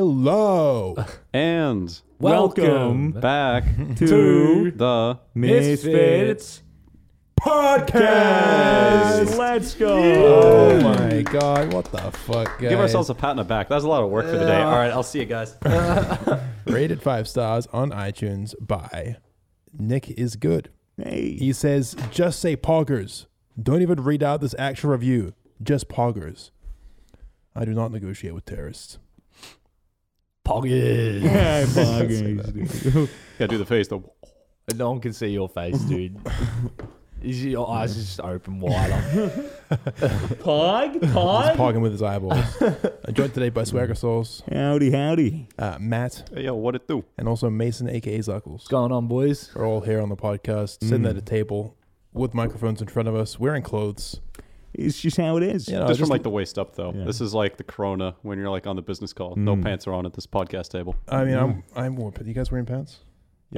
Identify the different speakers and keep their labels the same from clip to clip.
Speaker 1: Hello.
Speaker 2: And
Speaker 3: Welcome
Speaker 2: back
Speaker 3: to
Speaker 2: to the
Speaker 3: Misfits
Speaker 1: Podcast.
Speaker 3: Let's go.
Speaker 1: Oh my god, what the fuck, guys.
Speaker 2: Give ourselves a pat on the back. That was a lot of work for the day. All right, I'll see you guys.
Speaker 1: rated 5 stars on iTunes by Nick is good. He says just say poggers. Don't even read out this actual review. Just poggers. I do not negotiate with terrorists.
Speaker 4: Poggers.
Speaker 3: Hey, buggers, dude.
Speaker 2: Yeah, do the face. The
Speaker 4: no one can see your face, dude. Is your eyes just open wider?
Speaker 3: Pog?
Speaker 1: He's
Speaker 3: Pog?
Speaker 1: pogging with his eyeballs. I'm joined today by Swagger Souls,
Speaker 3: Howdy, howdy.
Speaker 1: uh, Matt,
Speaker 2: hey, yo, what it do?
Speaker 1: and also Mason, aka Zuckles.
Speaker 4: What's going on, boys?
Speaker 1: We're all here on the podcast, sitting
Speaker 2: Mm.
Speaker 1: at a table with microphones in front of us, wearing clothes.
Speaker 3: It's just how it is.
Speaker 1: You know,
Speaker 2: just,
Speaker 1: Uh, just,
Speaker 2: from like the waist up, though.
Speaker 3: Yeah.
Speaker 2: This is like the Corona when you're like on the business call. No
Speaker 1: Mm.
Speaker 2: pants are on at this podcast table.
Speaker 1: I mean,
Speaker 2: Mm.
Speaker 1: I'm I'm wearing. You guys wearing pants?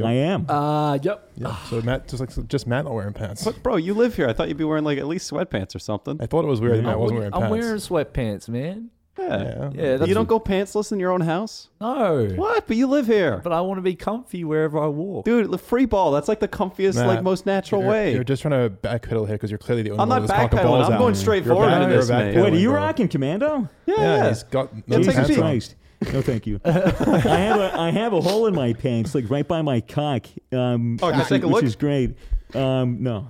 Speaker 3: I am.
Speaker 4: Uh, yep.
Speaker 1: Yeah. so Matt, just like just Matt not wearing pants.
Speaker 2: But bro, you live here. I thought you'd be wearing like at least sweatpants or something.
Speaker 1: I thought it was weird that
Speaker 3: Yeah.
Speaker 1: Matt wasn't wearing
Speaker 4: I'm
Speaker 1: pants.
Speaker 4: wearing sweatpants, man.
Speaker 2: Yeah.
Speaker 4: Yeah, that's
Speaker 2: you don't go pantsless in your own house?
Speaker 4: No.
Speaker 2: What? But you live here.
Speaker 4: But I want to be comfy wherever I walk.
Speaker 2: Dude, the free ball. That's like the comfiest,
Speaker 1: Matt,
Speaker 2: like most natural
Speaker 1: you're,
Speaker 2: way.
Speaker 1: You're just trying to backpedal here because you're clearly the only
Speaker 2: I'm
Speaker 1: one
Speaker 2: not
Speaker 1: that's cocking
Speaker 2: backpedaling.
Speaker 1: balls
Speaker 2: I'm
Speaker 1: out.
Speaker 2: going straight
Speaker 1: You're
Speaker 2: forward
Speaker 1: back-
Speaker 2: in
Speaker 1: you're
Speaker 2: this, man.
Speaker 1: backpedaling,
Speaker 3: Wait, are you
Speaker 1: bro.
Speaker 3: rocking Commando?
Speaker 1: Yeah,
Speaker 2: yeah.
Speaker 1: he's got no
Speaker 2: Yeah, take a
Speaker 1: pants
Speaker 2: peek.
Speaker 1: on.
Speaker 3: Christ. No, thank you. I have a I have a hole in my pants, like right by my cock. Um,
Speaker 2: Oh, can I
Speaker 3: which-
Speaker 2: take a look?
Speaker 3: Which is great. Um, no.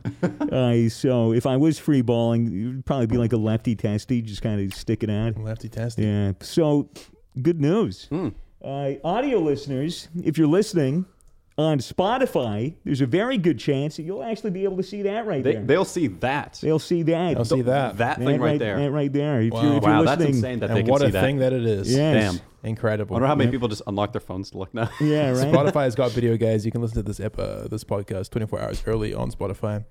Speaker 3: Uh, so if I was free balling, it would probably be like a lefty testy, just kind of stick it out.
Speaker 1: Lefty testy.
Speaker 3: Yeah. So, good news. Uh, audio listeners, if you're listening on Spotify, there's a very good chance that you'll actually be able to see that right
Speaker 2: They,
Speaker 3: there.
Speaker 2: they'll see that.
Speaker 3: They'll see that.
Speaker 1: I'll see that.
Speaker 2: That thing right
Speaker 3: That
Speaker 2: there.
Speaker 3: right there. If
Speaker 1: Wow.
Speaker 3: you're, if
Speaker 2: Oh, Wow,
Speaker 3: you're
Speaker 2: that's
Speaker 3: listening,
Speaker 2: insane that they
Speaker 1: and
Speaker 2: can
Speaker 1: what
Speaker 2: see
Speaker 1: a
Speaker 2: that.
Speaker 1: thing that it is.
Speaker 3: Yes.
Speaker 2: Damn. I
Speaker 1: Incredible.
Speaker 2: wonder how many people just unlock their phones to look now.
Speaker 3: Yeah, right.
Speaker 1: Spotify has got video, guys. You can listen to this ep- uh, this podcast 24 hours early on Spotify.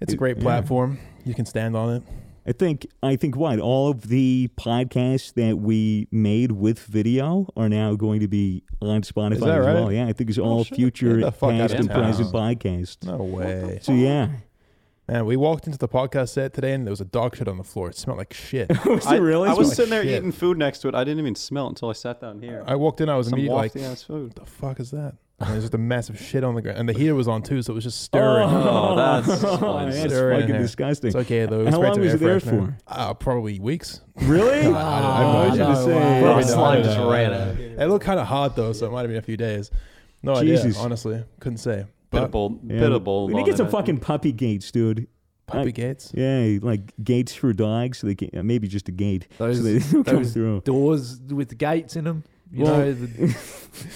Speaker 1: It's a great platform. You can stand on it.
Speaker 3: I think I think what all of the podcasts that we made with video are now going to be on Spotify
Speaker 1: Is that
Speaker 3: as
Speaker 1: right?
Speaker 3: well. Yeah, I think it's all
Speaker 1: shit.
Speaker 3: future
Speaker 1: Get the fuck out
Speaker 3: past
Speaker 1: of
Speaker 3: and
Speaker 1: town.
Speaker 3: present podcasts.
Speaker 1: No way.
Speaker 3: So yeah,
Speaker 1: Man, we walked into the podcast set today and there was a dog shit on the floor. It smelled like shit.
Speaker 3: was
Speaker 2: I, I was
Speaker 1: like
Speaker 2: sitting there
Speaker 1: shit.
Speaker 2: eating food next to it. I didn't even smell it until I sat down here.
Speaker 3: Uh,
Speaker 1: I walked in, I was
Speaker 2: Some
Speaker 1: immediately like,
Speaker 2: wafty ass food.
Speaker 1: the fuck is that? And there's just a massive shit on the ground. And the heater was on too, so it was just stirring.
Speaker 2: Oh, that's
Speaker 3: Oh,
Speaker 2: fine.
Speaker 3: that's
Speaker 1: Stir in
Speaker 3: fucking
Speaker 1: here.
Speaker 3: disgusting.
Speaker 1: It's okay though.
Speaker 3: How
Speaker 1: great
Speaker 3: long
Speaker 1: to
Speaker 3: was
Speaker 1: air
Speaker 3: it there
Speaker 1: freshener.
Speaker 3: for?
Speaker 1: Uh, probably weeks.
Speaker 3: Really?
Speaker 1: I have no idea.
Speaker 4: Oh, no
Speaker 1: Probably
Speaker 4: way.
Speaker 2: Bro,
Speaker 1: not.
Speaker 2: slime
Speaker 1: I don't
Speaker 2: just
Speaker 1: know.
Speaker 2: ran
Speaker 1: I don't
Speaker 2: out.
Speaker 1: know. It looked kind of hot though, so it might have been a few days. No
Speaker 3: Jesus.
Speaker 1: idea, honestly. Couldn't say.
Speaker 2: Bit
Speaker 1: But
Speaker 2: of bold,
Speaker 3: Yeah.
Speaker 2: bit of bold
Speaker 3: We need to
Speaker 2: on
Speaker 3: get some
Speaker 2: it.
Speaker 3: fucking puppy gates, dude.
Speaker 1: puppy gates.
Speaker 3: Yeah, like gates for dogs. So they can, uh, maybe just a gate.
Speaker 4: Those-
Speaker 3: so they don't come
Speaker 4: those
Speaker 3: through.
Speaker 4: Doors with the gates in them. You
Speaker 3: Well-
Speaker 4: know the,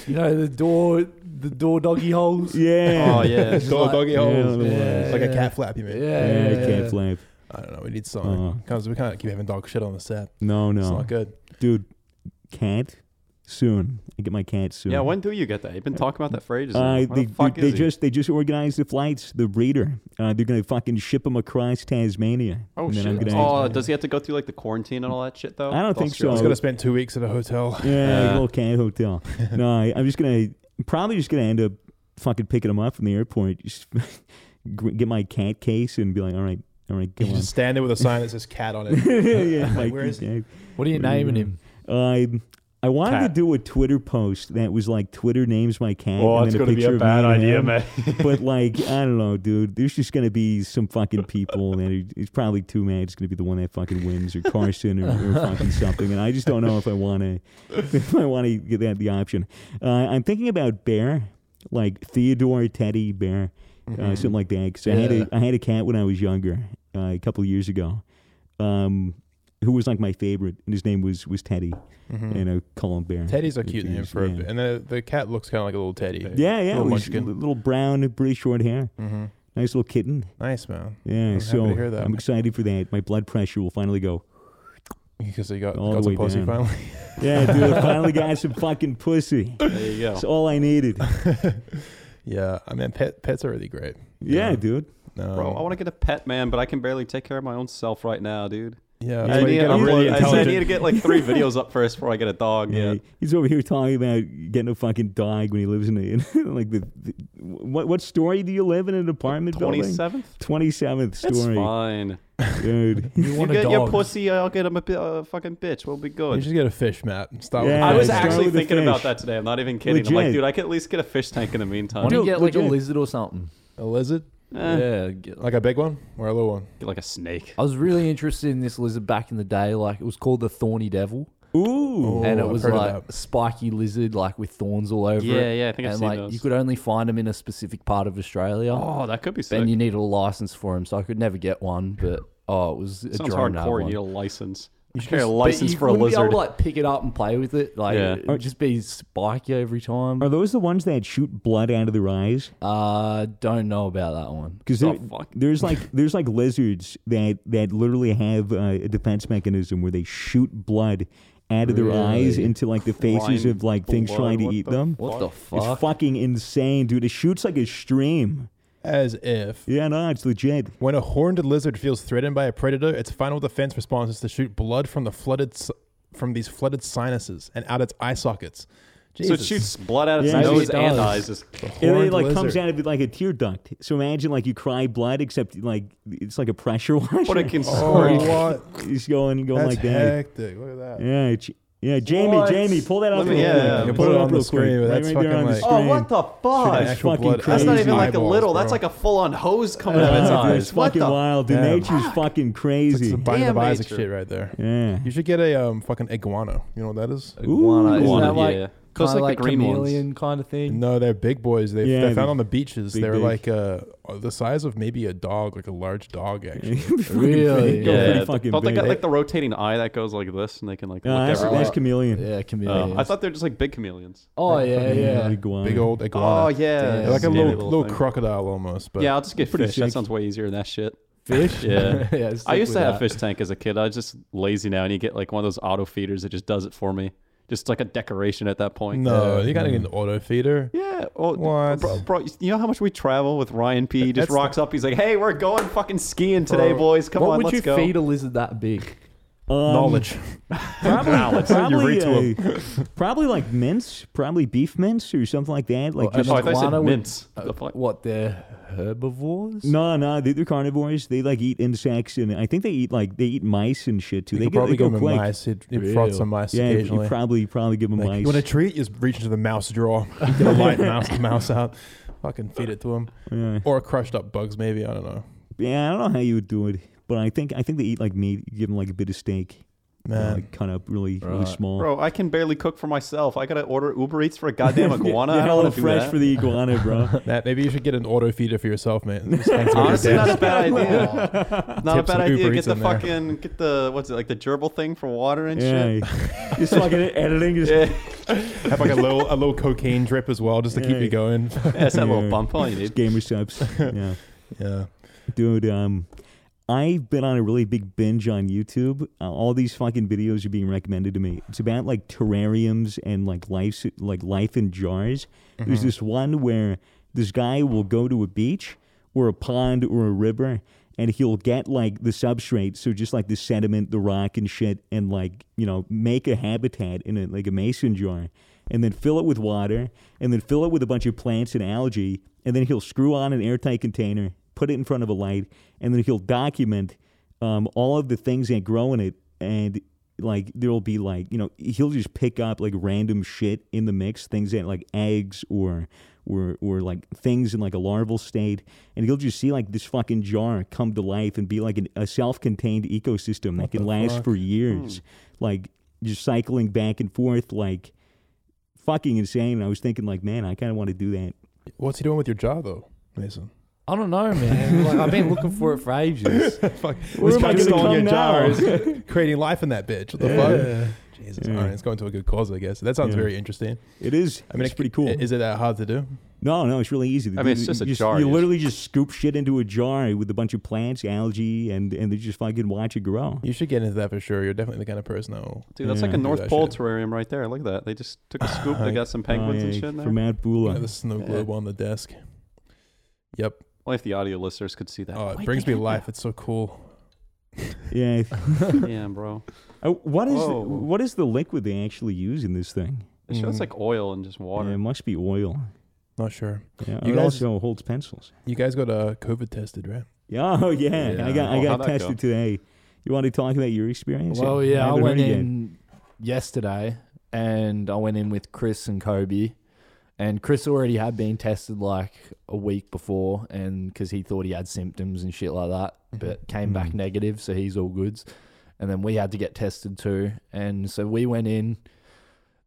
Speaker 4: you know the door, the door doggy holes.
Speaker 3: Yeah.
Speaker 2: Oh yeah.
Speaker 4: It's
Speaker 1: Dog,
Speaker 4: like-
Speaker 1: doggy
Speaker 3: Yeah,
Speaker 1: holes.
Speaker 3: the
Speaker 4: Yeah.
Speaker 1: Like a cat flap, you mean?
Speaker 4: Yeah,
Speaker 3: Yeah,
Speaker 4: yeah,
Speaker 3: can't
Speaker 4: yeah.
Speaker 3: flap.
Speaker 1: I don't know. We need something. Because we kind of keep having dog shit on the set.
Speaker 3: No,
Speaker 1: It's
Speaker 3: no,
Speaker 1: not good.
Speaker 3: dude. Cat soon. I get my cat soon.
Speaker 2: yeah. When do you get that? You've been talking about that for ages. now.
Speaker 3: Uh,
Speaker 2: Where
Speaker 3: they
Speaker 2: the fuck
Speaker 3: they,
Speaker 2: is
Speaker 3: they
Speaker 2: he?
Speaker 3: just they just organized the flights. The breeder. Uh, they're gonna fucking ship them across Tasmania.
Speaker 2: Oh
Speaker 3: and then I'm
Speaker 2: shit.
Speaker 3: gonna-
Speaker 2: Oh, does he have to go through like the quarantine and all that shit though?
Speaker 3: I don't
Speaker 2: With
Speaker 3: think so.
Speaker 1: He's
Speaker 2: Australia?
Speaker 1: got to spend two weeks at a hotel.
Speaker 3: Yeah, like a
Speaker 2: Uh.
Speaker 3: little cat hotel. no, I, I'm just gonna probably just gonna end up fucking picking them up from the airport. Just gr- get my cat case and be like, all right, all right,
Speaker 1: You
Speaker 3: come on.
Speaker 1: just stand there with a sign that says cat on it.
Speaker 3: yeah, like,
Speaker 1: where is
Speaker 3: he?
Speaker 4: What are you naming him?
Speaker 3: I I wanted to
Speaker 2: Cat.
Speaker 3: do a Twitter post that was like Twitter names my cat. and then
Speaker 2: gonna
Speaker 3: picture of me and him.
Speaker 2: man.
Speaker 3: but like, I don't know, dude. There's just gonna be some fucking people that are, it's probably too mad. It's gonna be the one that fucking wins or Carson or, or fucking something. And I just don't know if I want to. If I want to get that the option. Uh, I'm thinking about Bear, like Theodore Teddy Bear, uh, something like that. Because I had
Speaker 4: Yeah.
Speaker 3: a I had a cat when I was younger, uh, a couple of years ago. Um, who was like my favorite, and his name was was Teddy,
Speaker 1: Hmm.
Speaker 3: and I call him Bear.
Speaker 1: Mm-hmm. Teddy's a
Speaker 3: which
Speaker 1: cute name
Speaker 3: is-
Speaker 1: for a
Speaker 3: yeah.
Speaker 1: bit. And the, the cat looks kind of like a little teddy.
Speaker 3: Yeah, yeah,
Speaker 1: Little
Speaker 3: little,
Speaker 1: munchkin. Mm-hmm.
Speaker 3: little brown, pretty short hair. Nice little kitten.
Speaker 1: Nice, man.
Speaker 3: Yeah,
Speaker 1: I'm happy
Speaker 3: so
Speaker 1: to hear that.
Speaker 3: I'm excited for that. My blood pressure will finally go.
Speaker 1: Because he got,
Speaker 3: All
Speaker 1: got
Speaker 3: the
Speaker 1: some
Speaker 3: way
Speaker 1: pussy
Speaker 3: down.
Speaker 1: finally.
Speaker 3: Yeah, dude, I finally got some fucking pussy.
Speaker 2: There you go.
Speaker 3: That's all I needed.
Speaker 1: yeah, I mean, pet, pets are really great. Um,
Speaker 3: Yeah, dude.
Speaker 1: No.
Speaker 2: Bro, I want to get a pet, man, but I can barely take care of my own self right now, dude.
Speaker 1: Yeah,
Speaker 2: I
Speaker 1: that's why
Speaker 2: need,
Speaker 1: you get
Speaker 2: I
Speaker 1: a
Speaker 2: really-
Speaker 1: really
Speaker 2: I said I need to
Speaker 1: intelligent.
Speaker 2: get like three videos up first before I get a dog.
Speaker 3: Yeah,
Speaker 2: Yeah.
Speaker 3: he's over here talking about getting a fucking dog when he lives in the in, like the, the what what story do you live in an apartment
Speaker 2: Twenty
Speaker 3: building?
Speaker 2: seventh.
Speaker 3: Twenty seventh
Speaker 2: It's
Speaker 3: story,
Speaker 2: fine.
Speaker 3: dude.
Speaker 1: You
Speaker 2: You
Speaker 1: want a
Speaker 2: get your
Speaker 1: dog?
Speaker 2: pussy. I'll get him a bi- a fucking bitch. We'll be
Speaker 1: You
Speaker 2: good.
Speaker 1: should get a fish, Matt. and Stop.
Speaker 3: Yeah,
Speaker 2: I was
Speaker 3: start
Speaker 2: actually
Speaker 3: with the
Speaker 2: thinking about
Speaker 3: fish.
Speaker 2: that today. I'm not even kidding. I'm
Speaker 3: Legit.
Speaker 2: like, dude, I could at least get a fish tank in the meantime.
Speaker 4: Why don't you
Speaker 3: Dude,
Speaker 4: get like a
Speaker 3: legit.
Speaker 4: lizard or something?
Speaker 1: a lizard,
Speaker 2: Eh,
Speaker 4: Yeah. Get,
Speaker 1: like a big one or a little one.
Speaker 2: Get like a snake.
Speaker 4: I was really interested in this lizard back in the day. Like it was called the thorny devil,
Speaker 3: Ooh,
Speaker 1: Oh,
Speaker 4: and it
Speaker 1: I've
Speaker 4: was
Speaker 1: heard of
Speaker 4: like a spiky lizard, like with thorns all over
Speaker 2: Yeah,
Speaker 4: it.
Speaker 2: yeah, I think I've
Speaker 4: and
Speaker 2: seen
Speaker 4: like you
Speaker 2: those.
Speaker 4: could only find them in a specific part of Australia,
Speaker 2: Oh, that could be sick.
Speaker 4: and you needed a license for them. So I could never get one. But oh, it was a
Speaker 2: Sounds
Speaker 4: dream to have
Speaker 2: hardcore. You
Speaker 4: one.
Speaker 2: need a license. You should get a
Speaker 4: But
Speaker 2: license
Speaker 4: you
Speaker 2: for a
Speaker 4: wouldn't Be
Speaker 2: lizard.
Speaker 4: able to like pick it up and play with it. Like
Speaker 2: Yeah.
Speaker 4: it'd just be spiky every time.
Speaker 3: are those the ones that shoot blood out of their eyes?
Speaker 4: Uh, don't know about that one.
Speaker 3: Because
Speaker 2: Oh, fuck.
Speaker 3: there's like there's like lizards that that literally have uh, a defense mechanism where they shoot blood out of their eyes
Speaker 4: Really?
Speaker 3: into like the faces
Speaker 2: Blind
Speaker 3: of like things
Speaker 2: blood,
Speaker 3: trying to
Speaker 2: what
Speaker 3: eat
Speaker 2: the
Speaker 3: them.
Speaker 4: What the
Speaker 3: It's
Speaker 4: fuck?
Speaker 3: fucking insane, dude. It shoots like a stream.
Speaker 1: As if.
Speaker 3: Yeah, no, it's legit.
Speaker 1: When a horned lizard feels threatened by a predator, its final defense response is to shoot blood from the flooded si- from these flooded sinuses and out its eye sockets.
Speaker 2: so
Speaker 1: Jesus.
Speaker 2: it shoots blood out of its
Speaker 3: Yeah, it
Speaker 2: nose
Speaker 4: does.
Speaker 2: and eyes. It's-
Speaker 3: And then
Speaker 1: Horned
Speaker 3: it like comes
Speaker 1: lizard.
Speaker 3: out of it like a tear duct. So imagine like you cry blood, except like it's like a pressure washer.
Speaker 2: But it can
Speaker 1: Oh,
Speaker 2: squirt.
Speaker 1: what?
Speaker 3: It's going going
Speaker 1: That's
Speaker 3: like that.
Speaker 1: hectic. Look at that.
Speaker 3: Yeah, J- yeah. Jamie,
Speaker 2: What?
Speaker 3: Jamie, pull that up.
Speaker 2: Let
Speaker 3: real
Speaker 2: me-
Speaker 3: quick.
Speaker 2: yeah,
Speaker 1: yeah.
Speaker 2: yeah,
Speaker 3: pull
Speaker 1: Put it
Speaker 3: it up
Speaker 1: on the
Speaker 3: real quick.
Speaker 1: screen, but
Speaker 3: Right-
Speaker 1: that's
Speaker 3: right there
Speaker 1: fucking
Speaker 3: on the
Speaker 1: like-
Speaker 3: screen.
Speaker 2: Oh, what the fuck?
Speaker 1: That's
Speaker 3: Actual
Speaker 1: fucking
Speaker 3: blood out
Speaker 2: That's
Speaker 1: crazy.
Speaker 2: not even like a
Speaker 1: Eyeballs,
Speaker 2: little.
Speaker 1: bro.
Speaker 2: That's like a full-on hose coming out of its
Speaker 3: Uh, dude,
Speaker 2: eyes.
Speaker 3: it's
Speaker 2: What
Speaker 3: fucking
Speaker 2: the
Speaker 3: wild. Dude,
Speaker 1: Damn.
Speaker 3: nature's fucking
Speaker 1: It's like
Speaker 3: crazy.
Speaker 1: some Binding of
Speaker 2: Damn
Speaker 1: Isaac
Speaker 2: nature.
Speaker 1: shit right there.
Speaker 3: Yeah.
Speaker 1: You should get a um, fucking iguana. You know what that is?
Speaker 4: Iguana, isn't
Speaker 2: Iguana,
Speaker 4: that like
Speaker 2: yeah.
Speaker 4: kind
Speaker 2: Those
Speaker 4: of
Speaker 2: like the
Speaker 4: like,
Speaker 2: green ones.
Speaker 4: chameleon kind of thing?
Speaker 1: No, they're big boys. They
Speaker 3: Yeah,
Speaker 1: they're
Speaker 3: they're
Speaker 1: found on the beaches.
Speaker 3: big,
Speaker 1: they're
Speaker 3: big.
Speaker 1: like uh, the size of maybe a dog, like a large dog actually.
Speaker 4: Really?
Speaker 3: They're pretty
Speaker 2: Yeah,
Speaker 3: fucking
Speaker 2: don't they
Speaker 3: big.
Speaker 2: got like the rotating eye that goes like this, and they can like
Speaker 3: No,
Speaker 2: look
Speaker 3: that's,
Speaker 2: everywhere.
Speaker 3: that's chameleon.
Speaker 4: Yeah,
Speaker 2: Oh,
Speaker 4: chameleon.
Speaker 2: I thought they're just like big chameleons.
Speaker 4: oh yeah, yeah.
Speaker 3: Iguana.
Speaker 1: big old iguana.
Speaker 2: Oh yeah,
Speaker 1: They're like a
Speaker 2: Yeah,
Speaker 1: little
Speaker 2: little
Speaker 1: little
Speaker 2: thing.
Speaker 1: crocodile almost. But
Speaker 2: Yeah, I'll just get
Speaker 3: Pretty
Speaker 2: fish.
Speaker 3: sick.
Speaker 2: That sounds way easier than that shit.
Speaker 4: Fish.
Speaker 2: Yeah.
Speaker 4: stick
Speaker 2: I used to
Speaker 4: with
Speaker 2: have a
Speaker 4: that.
Speaker 2: fish tank as a kid. I was just lazy now, and you get like one of those auto feeders that just does it for me. Just like a decoration at that point.
Speaker 1: no, you gotta get an auto feeder.
Speaker 2: Yeah. Well,
Speaker 1: What?
Speaker 2: Bro, bro, you know how much we travel with Ryan P. He just
Speaker 1: That's
Speaker 2: rocks up. He's like, "Hey, we're going fucking skiing today,
Speaker 1: Bro,
Speaker 2: boys. Come
Speaker 4: what
Speaker 2: on,
Speaker 4: would
Speaker 2: let's
Speaker 4: you
Speaker 2: go."
Speaker 4: feed a lizard that big?
Speaker 3: Um,
Speaker 1: Knowledge.
Speaker 3: Probably,
Speaker 1: read
Speaker 3: probably,
Speaker 1: to
Speaker 3: uh, probably like mince, probably beef mince or something like that. Like
Speaker 4: Well,
Speaker 3: just
Speaker 2: Oh, I thought you said
Speaker 4: Iguana would-
Speaker 2: mints. The fuck?
Speaker 4: Uh, What they're herbivores?
Speaker 3: No, no, they, they're carnivores. They like eat insects, and I think they eat like they eat mice and shit too.
Speaker 1: You
Speaker 3: they
Speaker 1: could
Speaker 3: get,
Speaker 1: probably
Speaker 3: they go
Speaker 1: give him
Speaker 3: quick.
Speaker 1: mice. He'd, he'd
Speaker 4: Really?
Speaker 1: prod some mice
Speaker 3: Yeah, you
Speaker 1: occasionally.
Speaker 3: probably probably give them
Speaker 1: Like,
Speaker 3: mice.
Speaker 1: you want a treat? Just reach into the mouse drawer, get a light mouse, mouse out, fucking feed it to him,
Speaker 3: yeah.
Speaker 1: or crushed up bugs maybe. I don't know.
Speaker 3: yeah, I don't know how you would do it, but I think I think they eat like meat. You give them like a bit of steak, you know,
Speaker 1: Man,
Speaker 3: like cut up really really
Speaker 4: Right.
Speaker 3: small.
Speaker 2: Bro, I can barely cook for myself. I gotta order Uber Eats for a goddamn iguana.
Speaker 3: yeah,
Speaker 2: I don't
Speaker 3: hello
Speaker 2: want to do
Speaker 3: fresh
Speaker 2: that.
Speaker 3: for the iguana, bro.
Speaker 1: Matt, maybe you should get an auto feeder for yourself, man. Just hang through your
Speaker 2: Honestly,
Speaker 1: day.
Speaker 2: not a bad idea. Not a
Speaker 1: Tips
Speaker 2: bad
Speaker 1: and
Speaker 2: idea.
Speaker 1: Uber
Speaker 2: Get
Speaker 1: Eats
Speaker 2: the
Speaker 1: in there.
Speaker 2: fucking get the what's it like the gerbil thing for water and
Speaker 3: yeah,
Speaker 2: shit.
Speaker 3: just fucking editing. Just
Speaker 2: Yeah,
Speaker 1: Have like a little a little cocaine drip as well, just to keep
Speaker 3: Yeah.
Speaker 1: you going.
Speaker 2: yeah it's that
Speaker 3: Yeah.
Speaker 2: little bump. All you need.
Speaker 3: gamer subs. Yeah.
Speaker 1: yeah.
Speaker 3: Dude, um, I've been on a really big binge on YouTube. Uh, all these fucking videos are being recommended to me. It's about like terrariums and like life, like life in jars. There's this one where this guy will go to a beach or a pond or a river, and he'll get like the substrate, so just like the sediment, the rock and shit, and like you know make a habitat in a like a mason jar, and then fill it with water, and then fill it with a bunch of plants and algae, and then he'll screw on an airtight container put it in front of a light, and then he'll document um, all of the things that grow in it. And like there'll be like you know he'll just pick up like random shit in the mix, things that like eggs or or or like things in like a larval state, and he'll just see like this fucking jar come to life and be like an, a self-contained ecosystem that can last for years, like just cycling back and forth like. Fucking insane. And I was thinking, like, man, I kind of want to do that.
Speaker 1: What's he doing with your jaw though, Mason?
Speaker 4: I don't know, man. like I've been looking for it for ages.
Speaker 1: Fuck,
Speaker 3: Where
Speaker 1: this
Speaker 3: am I
Speaker 1: guy's
Speaker 3: gonna
Speaker 1: stealing your
Speaker 3: come
Speaker 1: jar,
Speaker 3: now?
Speaker 1: is creating life in that bitch. What the fuck? Jesus, all right, it's going to a good cause, I guess. That sounds
Speaker 3: Yeah.
Speaker 1: very interesting.
Speaker 3: It is.
Speaker 1: I mean,
Speaker 3: it's
Speaker 1: it-
Speaker 3: pretty cool.
Speaker 1: Is it that hard to do?
Speaker 3: No, no, it's really easy. to
Speaker 2: I
Speaker 3: do.
Speaker 2: mean, it's
Speaker 3: You
Speaker 2: just a jar,
Speaker 3: You
Speaker 2: you
Speaker 3: literally just scoop shit into a jar with a bunch of plants, algae, and and they just fucking watch it grow.
Speaker 1: You should get into that for sure. You're definitely the kind of person that will.
Speaker 2: Dude, that's
Speaker 3: Yeah.
Speaker 2: like a
Speaker 3: Do
Speaker 2: North
Speaker 1: that
Speaker 2: Pole
Speaker 1: shit.
Speaker 2: terrarium right there. Look at that. They just took a scoop. They got some penguins and shit in
Speaker 3: oh, Uh, for
Speaker 2: there.
Speaker 3: Matt
Speaker 1: You know, the
Speaker 3: Bula.
Speaker 1: snow globe on the desk. Yep.
Speaker 2: Only if the audio listeners could see that.
Speaker 1: Oh, it brings me life. It's so cool.
Speaker 3: Yeah.
Speaker 2: Damn, bro.
Speaker 3: Uh, what is
Speaker 2: Whoa.
Speaker 3: what is the liquid they actually use in this thing?
Speaker 2: It shows like oil and just water.
Speaker 3: Mm. Yeah, it must be oil.
Speaker 1: Not sure.
Speaker 3: Yeah,
Speaker 1: You
Speaker 3: it
Speaker 1: guys-
Speaker 3: also holds pencils.
Speaker 1: You guys got uh, COVID tested, right?
Speaker 3: Yeah, oh yeah, I got
Speaker 2: Yeah.
Speaker 3: I
Speaker 2: Oh,
Speaker 3: got
Speaker 2: how'd that
Speaker 3: tested
Speaker 2: go?
Speaker 3: today. You want to talk about your experience?
Speaker 4: Well, yeah, I,
Speaker 3: haven't
Speaker 4: went
Speaker 3: heard yet.
Speaker 4: in yesterday, and I went in with Chris and Kobe, and Chris already had been tested like a week before, and because he thought he had symptoms and shit like that,
Speaker 3: Mm-hmm.
Speaker 4: but came back negative, so he's all goods. And then we had to get tested too, and so we went in.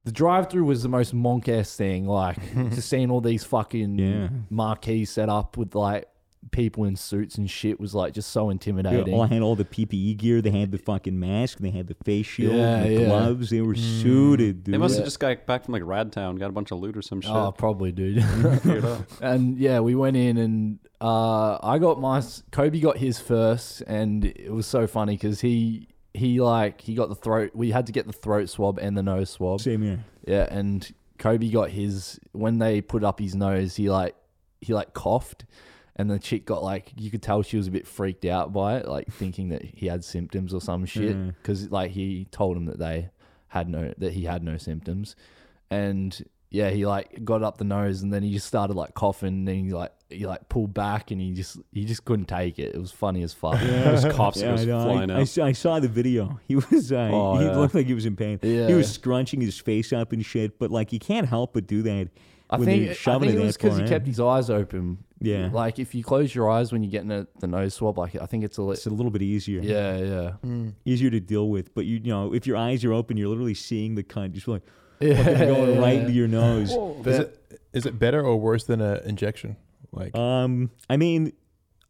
Speaker 4: The drive-through was the most monk ass thing, like just seeing all these fucking
Speaker 3: Yeah.
Speaker 4: marquees set up with like people in suits and shit was like just so
Speaker 3: They
Speaker 4: intimidating.
Speaker 3: all oh, had all the PPE gear. They had the fucking mask. They had the face shield.
Speaker 4: Yeah,
Speaker 3: the
Speaker 4: yeah. Mm.
Speaker 3: gloves. They were suited, dude.
Speaker 2: They must
Speaker 4: Yeah.
Speaker 2: have just got back from like Radtown, got a bunch of loot or some shit.
Speaker 4: Oh, probably, dude.
Speaker 2: Figured out.
Speaker 4: and yeah, we went in and uh, I got my Kobe got his first, and it was so funny because he he like he got the throat. We had to get the throat swab and the nose swab.
Speaker 3: Same here.
Speaker 4: Yeah, and Kobe got his when they put up his nose. He like he like coughed, and the chick got like you could tell she was a bit freaked out by it, like thinking that he had symptoms or some shit.
Speaker 3: Yeah.
Speaker 4: Because like he told him that they had no that he had no symptoms, and yeah, he like got up the nose and then he just started like coughing. And then he like he like pulled back and he just he just couldn't take it. It was funny as fuck.
Speaker 2: Just coughs
Speaker 3: Yeah,
Speaker 2: goes
Speaker 3: I, know. I-
Speaker 2: flying
Speaker 3: I
Speaker 2: out.
Speaker 3: s- I saw the video. He was, uh,
Speaker 2: Oh,
Speaker 3: he
Speaker 2: yeah.
Speaker 3: looked like he was in pain.
Speaker 4: Yeah.
Speaker 3: He was scrunching his face up and shit. But like, you can't help but do that.
Speaker 4: I
Speaker 3: when
Speaker 4: think,
Speaker 3: they're
Speaker 4: I
Speaker 3: shoving
Speaker 4: think it
Speaker 3: that
Speaker 4: was because
Speaker 3: far
Speaker 4: he
Speaker 3: in.
Speaker 4: kept his eyes open.
Speaker 3: Yeah.
Speaker 4: Like if you close your eyes when you're getting a, the nose swab, like I think it's a li-
Speaker 3: It's a little bit easier.
Speaker 4: Yeah, yeah.
Speaker 3: easier to deal with. But you, you know, if your eyes are open, you're literally seeing the cunt just like
Speaker 4: Yeah.
Speaker 3: fucking going right into your nose.
Speaker 1: Is it is it better or worse than an injection? Like
Speaker 3: Um, I mean,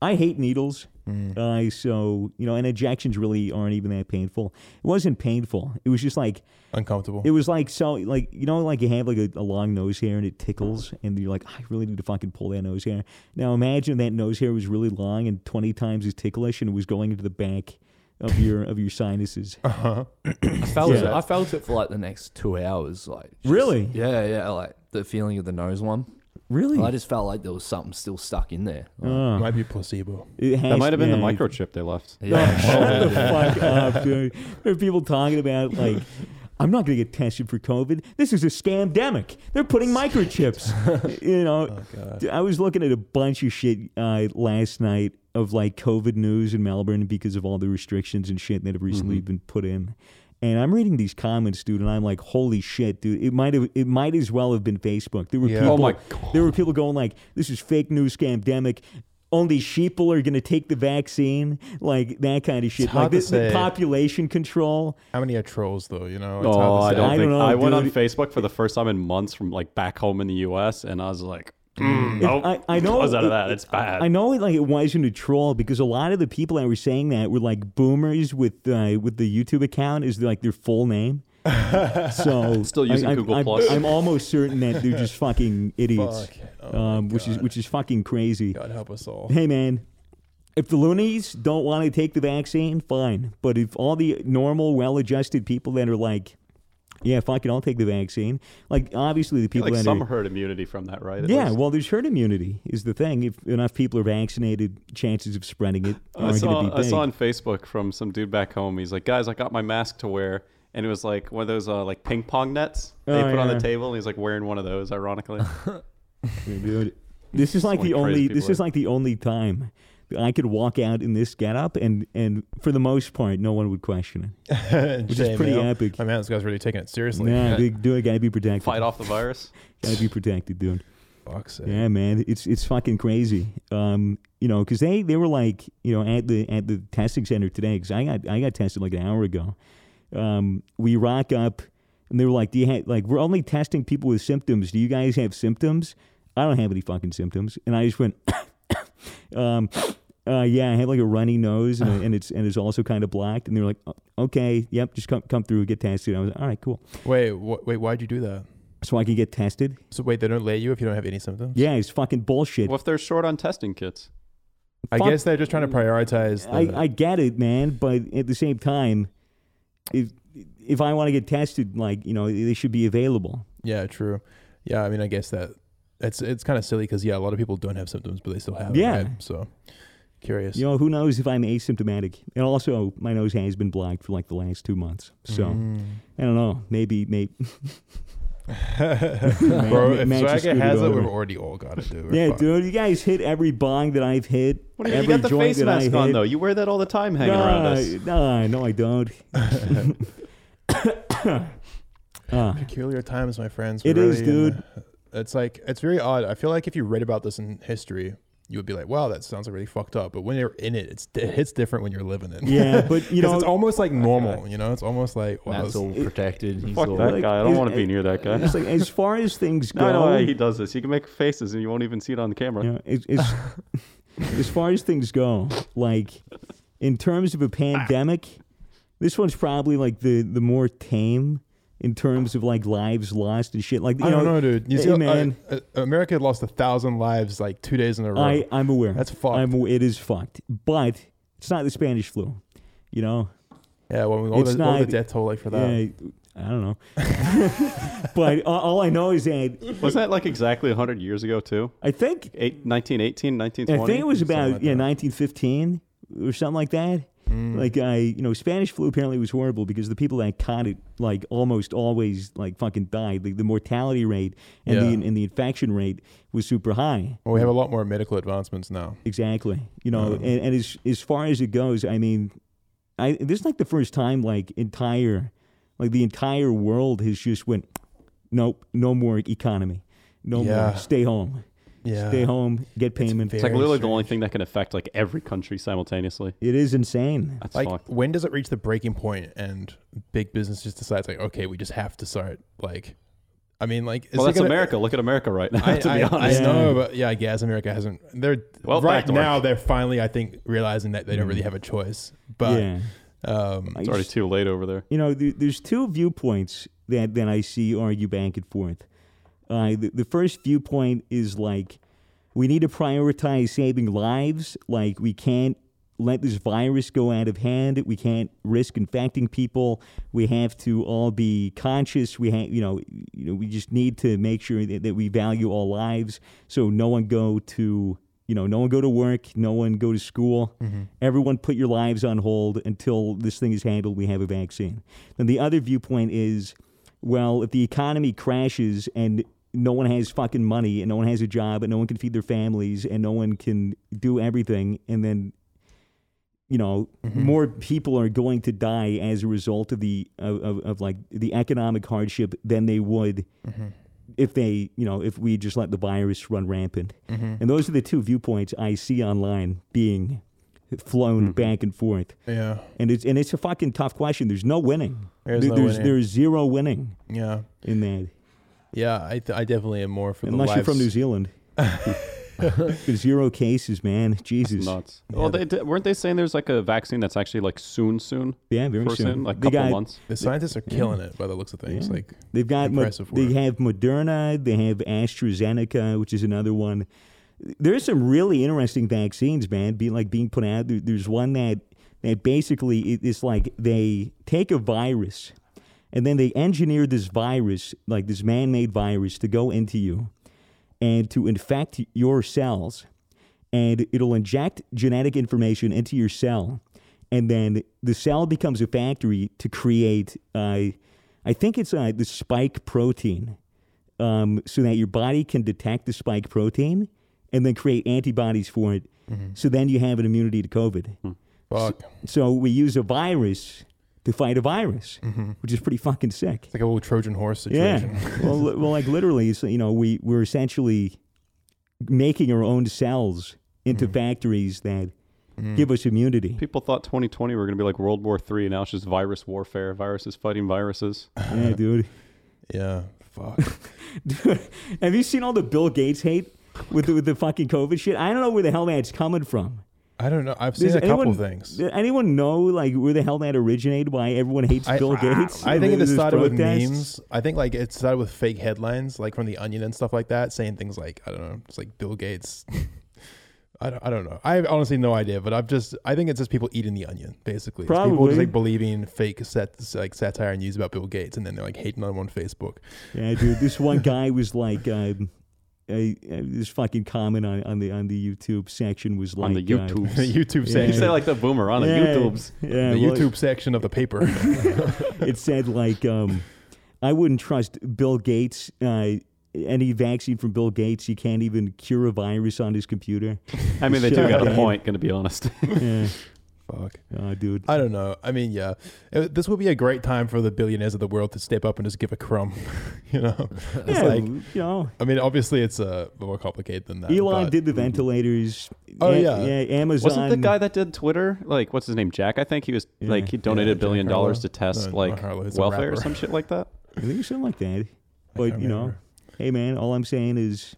Speaker 3: I hate needles.
Speaker 1: hmm,
Speaker 3: Uh, so you know, and injections really aren't even that painful. It wasn't painful. It was just like
Speaker 1: uncomfortable.
Speaker 3: it was like so like you know like you have like a, a long nose hair and it tickles and you're like I really need to fucking pull that nose hair. Now imagine that nose hair was really long and twenty times as ticklish and it was going into the back of your of your sinuses.
Speaker 4: I felt it.
Speaker 3: Yeah.
Speaker 4: I felt it for like the next two hours. Like just-
Speaker 3: Really?
Speaker 4: Yeah, yeah. Like the feeling of the nose one.
Speaker 3: Really?
Speaker 4: I just felt like there was something still stuck in there.
Speaker 3: Uh,
Speaker 1: Might be placebo.
Speaker 3: it has-
Speaker 2: That might have been the
Speaker 3: yeah.
Speaker 2: microchip they left.
Speaker 4: yeah.
Speaker 3: Shut Oh, the fuck up, dude. There are people talking about like. I'm not going to get tested for COVID. This is a scamdemic. They're putting microchips. you know,
Speaker 1: Oh,
Speaker 3: Dude, I was looking at a bunch of shit uh, last night of like COVID news in Melbourne because of all the restrictions and shit that have recently
Speaker 1: Mm-hmm.
Speaker 3: been put in. And I'm reading these comments, dude, and I'm like, holy shit, dude! It might have, it might as well have been Facebook. There were
Speaker 1: Yeah.
Speaker 3: people,
Speaker 2: Oh my God.
Speaker 3: there were people going like, this is fake news scamdemic. Only sheeple are going to take the vaccine, like that kind of shit.
Speaker 1: hard
Speaker 3: like
Speaker 1: to
Speaker 3: this, the
Speaker 1: say.
Speaker 3: population control.
Speaker 1: How many are trolls though? You know. It's
Speaker 2: Oh,
Speaker 1: hard to
Speaker 2: I
Speaker 1: say.
Speaker 2: don't
Speaker 3: I
Speaker 2: think.
Speaker 3: don't know,
Speaker 2: I went on
Speaker 3: dude.
Speaker 2: Facebook for the first time in months from like back home in the U.S. and I was like, mm, nope.
Speaker 3: I, I know.
Speaker 2: was out of
Speaker 3: it-
Speaker 2: that. It's bad.
Speaker 3: I know, like it wasn't a troll because a lot of the people that were saying that were like boomers with uh, with the YouTube account is like their full name. So
Speaker 2: Still using
Speaker 3: I, I'm-
Speaker 2: Google
Speaker 3: I'm,
Speaker 2: Plus.
Speaker 3: I'm almost certain that they're just fucking idiots,
Speaker 1: Fuck.
Speaker 2: Oh
Speaker 3: um, which is which is fucking crazy.
Speaker 1: God help us all.
Speaker 3: Hey man, if the loonies don't want to take the vaccine, fine. But if all the normal, well-adjusted people that are like, yeah, fucking, I'll take the vaccine. Like obviously the people
Speaker 2: like
Speaker 3: that are
Speaker 2: some herd immunity from that, right? at
Speaker 3: yeah,
Speaker 2: least?
Speaker 3: well, there's herd immunity is the thing. If enough people are vaccinated, chances of spreading it
Speaker 2: I
Speaker 3: aren't going to
Speaker 2: saw
Speaker 3: be
Speaker 2: I
Speaker 3: big.
Speaker 2: saw on Facebook from some dude back home. He's like, guys, I got my mask to wear, and it was like one of those uh, like ping pong nets they
Speaker 3: Oh,
Speaker 2: put on
Speaker 3: yeah.
Speaker 2: the table, and he's like wearing one of those. Ironically,
Speaker 3: Yeah, dude. This is like
Speaker 2: Only
Speaker 3: the
Speaker 2: crazy
Speaker 3: only.
Speaker 2: people
Speaker 3: This is
Speaker 2: are-
Speaker 3: like the only time that I could walk out in this getup, and and for the most part, no one would question it.
Speaker 1: Which
Speaker 3: is pretty epic.
Speaker 1: I mean, this guy's really taking it seriously.
Speaker 3: Nah, dude, dude, I gotta be protected.
Speaker 2: fight off the virus.
Speaker 3: Gotta be protected, dude.
Speaker 1: Fuck's sake.
Speaker 3: Yeah, man, it's it's fucking crazy. Um, you know, because they they were like, you know, at the at the testing center today. Because I got I got tested like an hour ago. Um, we rock up, and they were like, "Do you have like we're only testing people with symptoms? Do you guys have symptoms? I don't have any fucking symptoms." And I just went, um, uh, "Yeah, I have like a runny nose, and, and it's and it's also kind of blacked." And they were like, "Oh, "Okay, yep, just come come through, get tested." I was like, "All right, cool."
Speaker 1: Wait, wh- wait, why'd you do that?
Speaker 3: So I could get tested.
Speaker 1: So wait, they don't let you if you don't have any symptoms.
Speaker 3: Yeah, it's fucking bullshit.
Speaker 2: Well, if they're short on testing kits,
Speaker 1: I
Speaker 3: fuck-
Speaker 1: guess they're just trying to prioritize.
Speaker 3: I,
Speaker 1: The,
Speaker 3: I get it, man, but at the same time, if if I want to get tested, like you know, they should be available.
Speaker 1: yeah, true. Yeah, I mean, I guess that it's it's kind of silly because yeah, a lot of people don't have symptoms, but they still have. it,
Speaker 3: Yeah.
Speaker 1: right? So Curious.
Speaker 3: You know, who knows if I'm asymptomatic? And also, my nose has been black for like the last two months. So
Speaker 1: Mm-hmm. Mm.
Speaker 3: I don't know. Maybe, maybe.
Speaker 1: Bro, if
Speaker 3: Manchester
Speaker 1: Swagger has it,
Speaker 3: Scooter.
Speaker 1: we've already all got it, dude. We're
Speaker 3: Yeah,
Speaker 1: fucked.
Speaker 3: dude, you guys hit every bong that I've hit.
Speaker 2: What do you, mean?
Speaker 3: every
Speaker 2: you got the
Speaker 3: joint
Speaker 2: face
Speaker 3: that I
Speaker 2: mask on
Speaker 3: hit.
Speaker 2: though. You wear that all the time hanging
Speaker 3: no,
Speaker 2: around us.
Speaker 3: No, no, I don't. Ah,
Speaker 1: Peculiar times, my friends.
Speaker 3: It
Speaker 1: We're
Speaker 3: is,
Speaker 1: in
Speaker 3: dude.
Speaker 1: the- it's like it's very odd. I feel like if you read about this in history, you would be like, "Wow, that sounds like really fucked up." But when you're in it, it's it hits different when you're living it.
Speaker 3: yeah, but you
Speaker 1: 'Cause
Speaker 3: know,
Speaker 1: it's almost like normal. You know, it's almost like wow,
Speaker 4: Matt's
Speaker 1: this-
Speaker 4: all protected. He's
Speaker 2: Fuck
Speaker 4: all
Speaker 2: that guy. I don't
Speaker 3: is-
Speaker 2: want to be near that guy.
Speaker 3: it's like as far as things go,
Speaker 2: No, no, he does this. You can make faces and you won't even see it on the camera.
Speaker 3: you know, it's, it's, as far as things go, like in terms of a pandemic, this one's probably like the the more tame in terms of like lives lost and shit. Like you
Speaker 1: I don't know, dude. You
Speaker 3: hey,
Speaker 1: see, uh,
Speaker 3: man.
Speaker 1: uh, America lost a thousand lives like two days in a row.
Speaker 3: I, I'm aware.
Speaker 1: That's fucked.
Speaker 3: I'm, aw- it is fucked. But it's not the Spanish flu. You know?
Speaker 1: yeah, well, all,
Speaker 3: It's
Speaker 1: the, all the
Speaker 3: not-
Speaker 1: death toll like for that.
Speaker 3: Yeah, I don't know. but all, all I know is that
Speaker 2: Wasn't that like exactly 100 years ago, too?
Speaker 3: I think
Speaker 2: Eight, 1918,
Speaker 3: I
Speaker 2: 1920?
Speaker 3: think it was about
Speaker 1: like
Speaker 3: yeah,
Speaker 1: that.
Speaker 3: 1915 or something like that.
Speaker 1: Hmm. Mm.
Speaker 3: Like I, you know, Spanish flu apparently was horrible because the people that caught it like almost always like fucking died. Like the mortality rate and
Speaker 1: Yeah.
Speaker 3: the and the infection rate was super high.
Speaker 1: Well, we have a lot more medical advancements now.
Speaker 3: Exactly. You know, and, and as as far as it goes, I mean, I this is like the first time like entire like the entire world has just went nope, no more economy. No
Speaker 1: Yeah.
Speaker 3: more stay home.
Speaker 1: Yeah,
Speaker 3: Stay home, get payment.
Speaker 2: It's like
Speaker 1: Very
Speaker 2: literally the only thing that can affect like every country simultaneously.
Speaker 3: It is insane.
Speaker 2: That's
Speaker 1: like
Speaker 2: fucked.
Speaker 1: when does it reach the breaking point and big business just decides like okay we just have to start like i mean like is
Speaker 2: Well,
Speaker 1: it
Speaker 2: that's
Speaker 1: gonna-
Speaker 2: America. Look at America right now,
Speaker 1: I,
Speaker 2: to be
Speaker 1: I-
Speaker 2: honest.
Speaker 1: I know but yeah i guess america hasn't they're
Speaker 2: Well,
Speaker 1: right
Speaker 2: back to work.
Speaker 1: now they're finally i think realizing that they don't really have a choice but
Speaker 3: Mm. yeah.
Speaker 1: um
Speaker 2: It's already too late over there.
Speaker 3: you know, th- there's two viewpoints that, that I see argue back and forth. Uh, the, the first viewpoint is like, we need to prioritize saving lives. Like, we can't let this virus go out of hand. We can't risk infecting people. We have to all be conscious. We have, you know, you know, we just need to make sure that, that we value all lives. So no one go to, you know, no one go to work. No one go to school. Everyone put your lives on hold until this thing is handled. We have a vaccine. Then the other viewpoint is, well, if the economy crashes and no one has fucking money and no one has a job and no one can feed their families and no one can do everything and then you know
Speaker 1: Mm-hmm.
Speaker 3: more people are going to die as a result of the of, of, of like the economic hardship than they would
Speaker 1: Mm-hmm.
Speaker 3: if they you know if we just let the virus run rampant
Speaker 1: mm-hmm.
Speaker 3: and those are the two viewpoints i see online being flown
Speaker 1: Mm-hmm.
Speaker 3: back and forth
Speaker 1: yeah
Speaker 3: and it's and it's a fucking tough question there's no winning
Speaker 1: There's no
Speaker 3: there's,
Speaker 1: winning.
Speaker 3: there's zero winning
Speaker 1: yeah
Speaker 3: in that
Speaker 1: yeah i, th- I definitely am more for the
Speaker 3: unless
Speaker 1: lives.
Speaker 3: you're from new zealand There's zero cases man jesus
Speaker 2: Nuts. well, they, d- weren't they saying there's like a vaccine that's actually like soon, soon?
Speaker 3: yeah very
Speaker 2: For soon, like a
Speaker 3: They
Speaker 2: couple
Speaker 3: got-
Speaker 2: months.
Speaker 1: the scientists are killing it by the looks of things like
Speaker 3: They've got mo-
Speaker 1: Impressive
Speaker 3: they
Speaker 1: work.
Speaker 3: have Moderna, they have AstraZeneca, which is another one. There's some really interesting vaccines, man. Being like being put out. There, there's one that that basically it- it's like they take a virus, and then they engineer this virus, like this man-made virus, to go into you, and to infect your cells, and it'll inject genetic information into your cell, and then the cell becomes a factory to create. Uh, I think it's uh, the spike protein, um, so that your body can detect the spike protein and then create antibodies for it. So then you have an immunity to COVID.
Speaker 1: fuck
Speaker 3: So we use a virus to fight a virus, which is pretty fucking sick.
Speaker 1: it's like a little trojan horse
Speaker 3: Yeah.
Speaker 1: situation
Speaker 3: well, li- well, like literally, so, you know, we we're essentially making our own cells
Speaker 1: Mm.
Speaker 3: into factories that give us immunity.
Speaker 2: People thought 2020 were going to be like World War Three, and now it's just virus warfare. Viruses fighting viruses.
Speaker 3: yeah, dude.
Speaker 1: yeah, fuck
Speaker 3: Dude, have you seen all the Bill Gates hate with the, with the fucking COVID shit? I don't know where the hell that's coming from.
Speaker 1: i don't know i've seen a
Speaker 3: Does
Speaker 1: couple
Speaker 3: anyone-
Speaker 1: things
Speaker 3: Does anyone know like where the hell that originated? Why everyone hates Bill Gates?
Speaker 1: I think it
Speaker 3: There's
Speaker 1: started with
Speaker 3: protests?
Speaker 1: memes. I think like it started with fake headlines, like from the Onion and stuff like that, saying things like I don't know, it's like Bill Gates. I don't, I don't know. I have honestly no idea, but I've just I think it's just people eating the onion basically. It's people
Speaker 3: Probably.
Speaker 1: just like believing fake sat, like satire and news about Bill Gates, and then they're like hating on him on Facebook.
Speaker 3: Yeah, dude. This one guy was like, um, I, I, this fucking comment on, on the on the YouTube section was like
Speaker 2: on the
Speaker 3: uh,
Speaker 1: The
Speaker 2: YouTubes.
Speaker 1: YouTube
Speaker 2: You
Speaker 1: section.
Speaker 2: say like the boomer on the
Speaker 3: yeah,
Speaker 2: YouTubes.
Speaker 3: Yeah,
Speaker 1: the
Speaker 3: well,
Speaker 1: YouTube section of the paper.
Speaker 3: it said like um, I wouldn't trust Bill Gates. Uh, any vaccine from Bill Gates, you can't even cure a virus on his computer.
Speaker 2: I mean, they do
Speaker 3: Sure.
Speaker 2: got a
Speaker 3: Yeah.
Speaker 2: point. Gonna be honest.
Speaker 3: yeah.
Speaker 1: Fuck.
Speaker 3: Oh, dude.
Speaker 1: I don't know. I mean, yeah, Uh, this would be a great time for the billionaires of the world to step up and just give a crumb. you know, it's
Speaker 3: yeah,
Speaker 1: like
Speaker 3: you know,
Speaker 1: I mean, obviously it's uh, more complicated than that.
Speaker 3: Elon
Speaker 1: but-
Speaker 3: did the ventilators.
Speaker 1: Oh,
Speaker 3: A-
Speaker 1: yeah.
Speaker 3: Amazon.
Speaker 2: Wasn't the guy that did Twitter like what's his name Jack? I think he was
Speaker 3: Yeah.
Speaker 2: like he donated a
Speaker 1: Jack
Speaker 2: billion
Speaker 1: Harlow.
Speaker 2: dollars to test
Speaker 1: No, not
Speaker 2: like
Speaker 1: Harlow, he's a
Speaker 2: welfare or
Speaker 1: rapper.
Speaker 2: some shit like that.
Speaker 3: I think it was something like that. But
Speaker 1: can't
Speaker 3: you know,
Speaker 1: remember.
Speaker 3: hey man, all I'm saying is,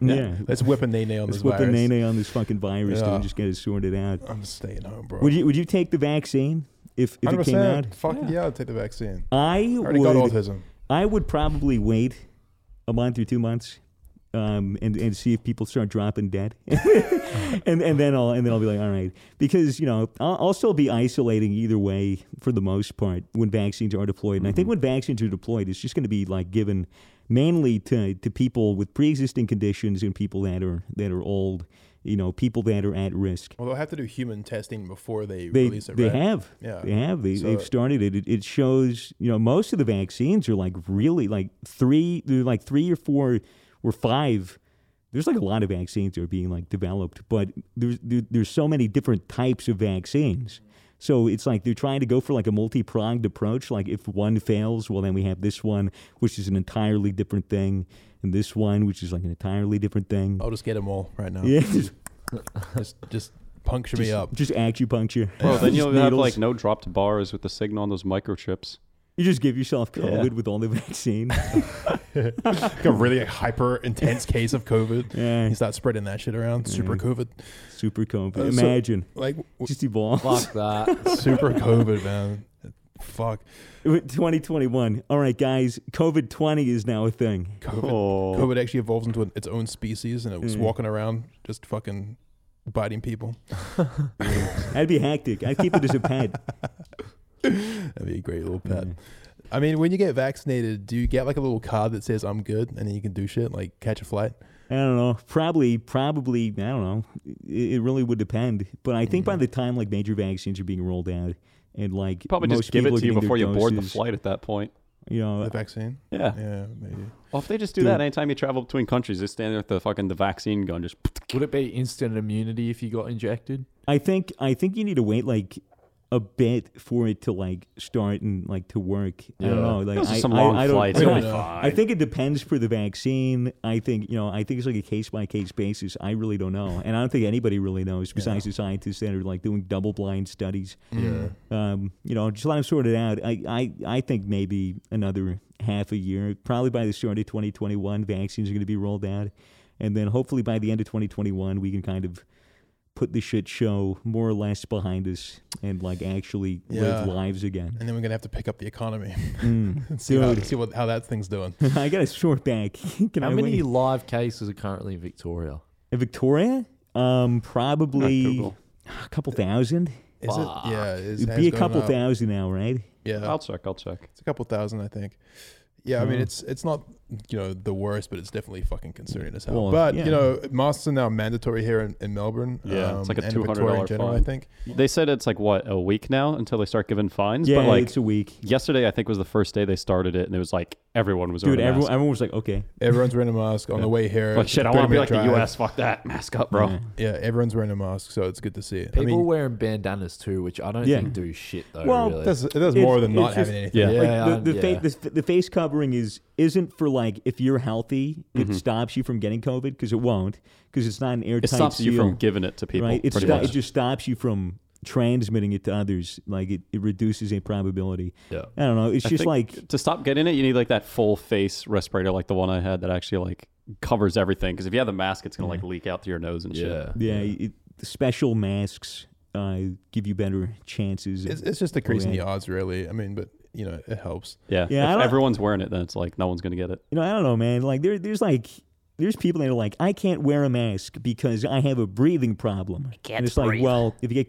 Speaker 3: yeah,
Speaker 1: let's whip a nay nay on
Speaker 3: let's
Speaker 1: this
Speaker 3: whip the
Speaker 1: virus.
Speaker 3: nene on this fucking virus
Speaker 1: Yeah.
Speaker 3: dude, and just get it sorted out.
Speaker 1: I'm staying home, bro.
Speaker 3: Would you would you take the vaccine if, if it came
Speaker 1: 100%.
Speaker 3: out?
Speaker 1: Fuck yeah. I'll take the vaccine.
Speaker 3: I
Speaker 1: I already got
Speaker 3: would.
Speaker 1: autism.
Speaker 3: I would probably wait a month or two months. Um, and, and see if people start dropping dead, and and then I'll and then I'll be like, all right, because you know I'll, I'll still be isolating either way for the most part when vaccines are deployed, and I think when vaccines are deployed, it's just going to be like given mainly to, to people with pre-existing conditions and people that are that are old, you know, people that are at risk.
Speaker 1: Well, they'll have to do human testing before they,
Speaker 3: They
Speaker 1: release it,
Speaker 3: they
Speaker 1: right?
Speaker 3: have
Speaker 1: Yeah.
Speaker 3: they have they,
Speaker 1: So-
Speaker 3: they've started it. it. It shows you know most of the vaccines are like really like three they're like three or four or five. There's like a lot of vaccines that are being like developed, but there's there, there's so many different types of vaccines. So it's like they're trying to go for like a multi-pronged approach. Like if one fails, well then we have this one, which is an entirely different thing, and this one, which is like an entirely different thing.
Speaker 1: I'll just get them all right now.
Speaker 3: Yeah, just,
Speaker 1: Just, just puncture me up.
Speaker 3: just acupuncture.
Speaker 2: Well, then
Speaker 3: Just
Speaker 2: you'll have
Speaker 3: needles.
Speaker 2: like no dropped bars with the signal on those microchips.
Speaker 3: you just give yourself COVID with all the vaccine.
Speaker 1: Like a really hyper intense case of COVID.
Speaker 3: Yeah.
Speaker 1: He's not spreading that shit around. Super COVID.
Speaker 3: Super COVID.
Speaker 1: Uh, so-
Speaker 3: Imagine.
Speaker 1: Like, w-
Speaker 3: just evolve.
Speaker 4: Fuck that.
Speaker 1: super COVID, man. Fuck.
Speaker 3: 2021. All right, guys. COVID 20 is now a thing.
Speaker 1: COVID,
Speaker 2: Oh.
Speaker 1: COVID actually evolves into an, its own species and it was
Speaker 3: Mm.
Speaker 1: walking around just fucking biting people.
Speaker 3: That'd be hectic. I'd keep it as a pet.
Speaker 1: That'd be a great little pet.
Speaker 3: Yeah.
Speaker 1: Mm. I mean, when you get vaccinated, do you get like a little card that says "I'm good" and then you can do shit like catch a flight?
Speaker 3: I don't know. Probably, probably, I don't know. It, it really would depend. But I think by the time like major vaccines are being rolled out and like
Speaker 2: Probably
Speaker 3: most
Speaker 2: just give it
Speaker 3: people are
Speaker 2: to you
Speaker 3: getting
Speaker 2: before you
Speaker 3: their
Speaker 2: board the
Speaker 3: doses,
Speaker 2: flight at that point.
Speaker 3: You know,
Speaker 1: The vaccine?
Speaker 2: Yeah.
Speaker 1: Yeah, maybe.
Speaker 2: Well, if they just do
Speaker 3: Dude.
Speaker 2: that anytime you travel between countries, they stand there with the fucking the vaccine gun, just
Speaker 4: Would it be instant immunity if you got injected?
Speaker 3: I think I think you need to wait like a bit for it to like start and like to work. I
Speaker 4: Yeah.
Speaker 3: don't know. Like
Speaker 2: Those are
Speaker 3: I,
Speaker 2: some
Speaker 3: I-
Speaker 2: long
Speaker 3: I don't-
Speaker 2: flights.
Speaker 3: I
Speaker 2: It'll
Speaker 3: don't
Speaker 2: be
Speaker 3: know.
Speaker 2: fine.
Speaker 3: I think it depends for the vaccine. I think you know. I think it's like a case by case basis. I really don't know, and I don't think anybody really knows besides the scientists that are like doing double blind studies.
Speaker 1: Yeah.
Speaker 3: Um, you know, just let them sort it out. I, I, I think maybe another half a year, probably by the start of 2021, vaccines are going to be rolled out. And then hopefully by the end of 2021, we can kind of put the shit show more or less behind us and like actually live
Speaker 1: Yeah.
Speaker 3: lives again.
Speaker 1: And then we're gonna have to pick up the economy.
Speaker 3: Mm.
Speaker 1: see how,
Speaker 3: Dude.
Speaker 1: see what how that thing's doing.
Speaker 3: I got a short back. Can
Speaker 4: How
Speaker 3: I
Speaker 4: many
Speaker 3: wait?
Speaker 4: live cases are currently in Victoria?
Speaker 3: In Victoria? Um,
Speaker 2: not
Speaker 3: probably
Speaker 2: Google.
Speaker 3: a couple thousand.
Speaker 1: Is it? Yeah, it is-
Speaker 3: It'd
Speaker 1: has
Speaker 3: be a
Speaker 1: gone
Speaker 3: couple
Speaker 1: up.
Speaker 3: thousand now, right?
Speaker 1: Yeah,
Speaker 2: I'll check. I'll check.
Speaker 1: it's a couple thousand, I think. Yeah, I mean
Speaker 2: Hmm.
Speaker 3: Yeah.
Speaker 1: it's it's not you know the worst, but it's definitely fucking concerning as hell.
Speaker 3: Well,
Speaker 1: but
Speaker 3: yeah.
Speaker 1: you know, masks are now mandatory here in, in Melbourne. um,
Speaker 2: Yeah, it's like a
Speaker 1: and in Victoria
Speaker 2: $200
Speaker 1: in general, I
Speaker 2: fine.
Speaker 1: think.
Speaker 2: They said it's like what a week now until they start giving fines.
Speaker 3: Yeah,
Speaker 2: but like
Speaker 3: it's a week.
Speaker 2: yesterday, I think was the first day they started it, and it was like everyone was
Speaker 3: Dude,
Speaker 2: wearing a mask.
Speaker 3: everyone, everyone was like, okay.
Speaker 1: Everyone's wearing a mask on the way here.
Speaker 2: Like shit, I
Speaker 1: 30
Speaker 2: want to be
Speaker 1: minute
Speaker 2: like the
Speaker 1: drive.
Speaker 2: U.S. Fuck that, mask up, bro.
Speaker 3: Yeah.
Speaker 1: Yeah, everyone's wearing a mask, so it's good to see.
Speaker 4: People
Speaker 1: I mean,
Speaker 4: wearing bandanas too, which I don't
Speaker 3: Yeah.
Speaker 4: think do shit though.
Speaker 3: Well,
Speaker 4: really.
Speaker 1: that's that's
Speaker 3: It's-
Speaker 1: more than
Speaker 3: it's
Speaker 1: not
Speaker 3: just-
Speaker 1: having anything.
Speaker 2: Yeah.
Speaker 3: Like,
Speaker 4: yeah,
Speaker 3: the, the,
Speaker 4: yeah.
Speaker 3: Face, the, the face covering is isn't for like if you're healthy, it
Speaker 2: Mm-hmm.
Speaker 3: stops you from getting COVID because it won't because it's not an airtight
Speaker 2: It stops
Speaker 3: seal,
Speaker 2: you from giving it to people.
Speaker 3: right. It,
Speaker 2: pretty
Speaker 3: sto-
Speaker 2: much.
Speaker 3: it just stops you from transmitting it to others. Like it, it reduces a probability.
Speaker 4: Yeah.
Speaker 3: I don't know. It's
Speaker 2: I
Speaker 3: just
Speaker 2: think
Speaker 3: like
Speaker 2: to stop getting it, you need like that full face respirator, like the one I had that actually like covers everything. Because if you have the mask, it's gonna like leak out through your nose and shit.
Speaker 4: yeah.
Speaker 3: yeah, It, the special masks uh, give you better chances. of-
Speaker 1: It's, it's just decreasing
Speaker 3: yeah.
Speaker 1: the odds, really. I mean, but you know, it helps.
Speaker 2: Yeah.
Speaker 3: Yeah, I
Speaker 2: if
Speaker 3: don't-
Speaker 2: everyone's wearing it, then it's like no one's gonna get it.
Speaker 3: you know, I don't know, man. Like there, there's like. There's people that are like, I can't wear a mask because I have a breathing problem. and it's like, well, if you get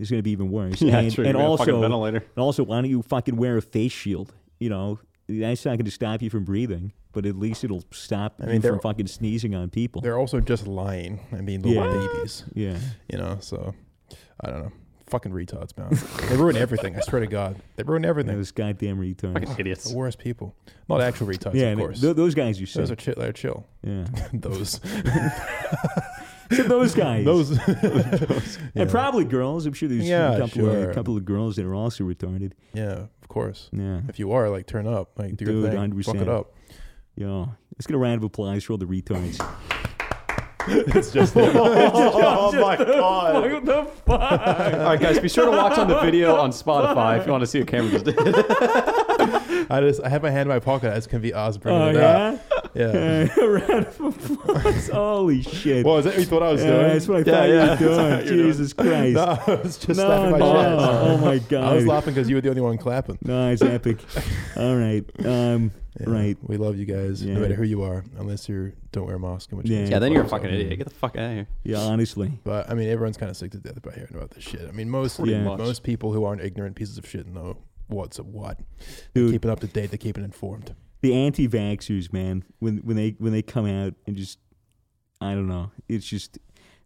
Speaker 3: it's going to be even worse.
Speaker 2: Yeah,
Speaker 3: and
Speaker 2: true.
Speaker 3: and
Speaker 2: You got a fucking
Speaker 3: also,
Speaker 2: ventilator.
Speaker 3: And also, why don't you fucking wear a face shield? You know, that's not going to stop you from breathing, but at least it'll stop
Speaker 1: I
Speaker 3: you
Speaker 1: mean, they're-
Speaker 3: from fucking sneezing on people.
Speaker 1: They're also just lying and being little
Speaker 3: Yeah.
Speaker 1: babies,
Speaker 3: Yeah.
Speaker 1: you know. So I don't know. Fucking retards, man. they ruin everything. I swear to God, they ruin everything.
Speaker 3: Those goddamn retards.
Speaker 2: Fucking idiots.
Speaker 1: The worst people. Not actual retards,
Speaker 3: yeah,
Speaker 1: of
Speaker 3: and
Speaker 1: course.
Speaker 3: th- those guys you
Speaker 1: those are
Speaker 3: said.
Speaker 1: chill. They're chill.
Speaker 3: yeah.
Speaker 1: those.
Speaker 3: So those guys.
Speaker 1: Those.
Speaker 3: And probably girls. I'm sure there's
Speaker 1: Yeah,
Speaker 3: a couple
Speaker 1: sure.
Speaker 3: of couple of girls that are also retarded.
Speaker 1: yeah, of course.
Speaker 3: Yeah.
Speaker 1: If you are, like, turn up. Like, do your
Speaker 3: Dude,
Speaker 1: thing. Fuck
Speaker 3: 100%.
Speaker 1: it up.
Speaker 3: Yo. Let's get a round of applause for all the retards.
Speaker 2: It's just them.
Speaker 5: Oh my god.
Speaker 4: What the
Speaker 3: Oh,
Speaker 4: fuck?
Speaker 2: All right, guys, be sure to watch on the video on Spotify if you want to see what Cameron just did.
Speaker 1: I just, I have my hand in my pocket. I just can be Oz bringing
Speaker 3: Oh
Speaker 1: it up.
Speaker 3: yeah?
Speaker 1: Yeah.
Speaker 3: Uh, a round of applause. Holy shit.
Speaker 1: well, is that what you thought I was
Speaker 3: Yeah,
Speaker 1: doing?
Speaker 3: that's what I thought
Speaker 2: yeah.
Speaker 3: you were doing.
Speaker 2: you're doing.
Speaker 3: Jesus Christ.
Speaker 1: No, I was just
Speaker 3: no,
Speaker 1: slapping my
Speaker 3: no.
Speaker 1: chest.
Speaker 3: Oh my
Speaker 1: I was
Speaker 3: god.
Speaker 1: laughing because you were the only one clapping.
Speaker 3: No, it's epic. All right. Um
Speaker 1: Yeah.
Speaker 3: right.
Speaker 1: We love you guys,
Speaker 3: Yeah.
Speaker 1: no matter who you are, unless you don't wear a mask. In which
Speaker 3: Yeah.
Speaker 1: case
Speaker 2: Yeah, then you're a
Speaker 1: fuck
Speaker 2: fucking
Speaker 1: yourself.
Speaker 2: idiot. Get the fuck out of here.
Speaker 3: Yeah, honestly.
Speaker 1: But I mean, everyone's kind of sick to death about hearing about this shit. I mean, most
Speaker 3: Pretty Yeah. much.
Speaker 1: most people who aren't ignorant pieces of shit know what's a what.
Speaker 3: Dude.
Speaker 1: They're keeping up to date. They're keeping informed.
Speaker 3: the anti-vaxxers, man, when when they when they come out and just I don't know, it's just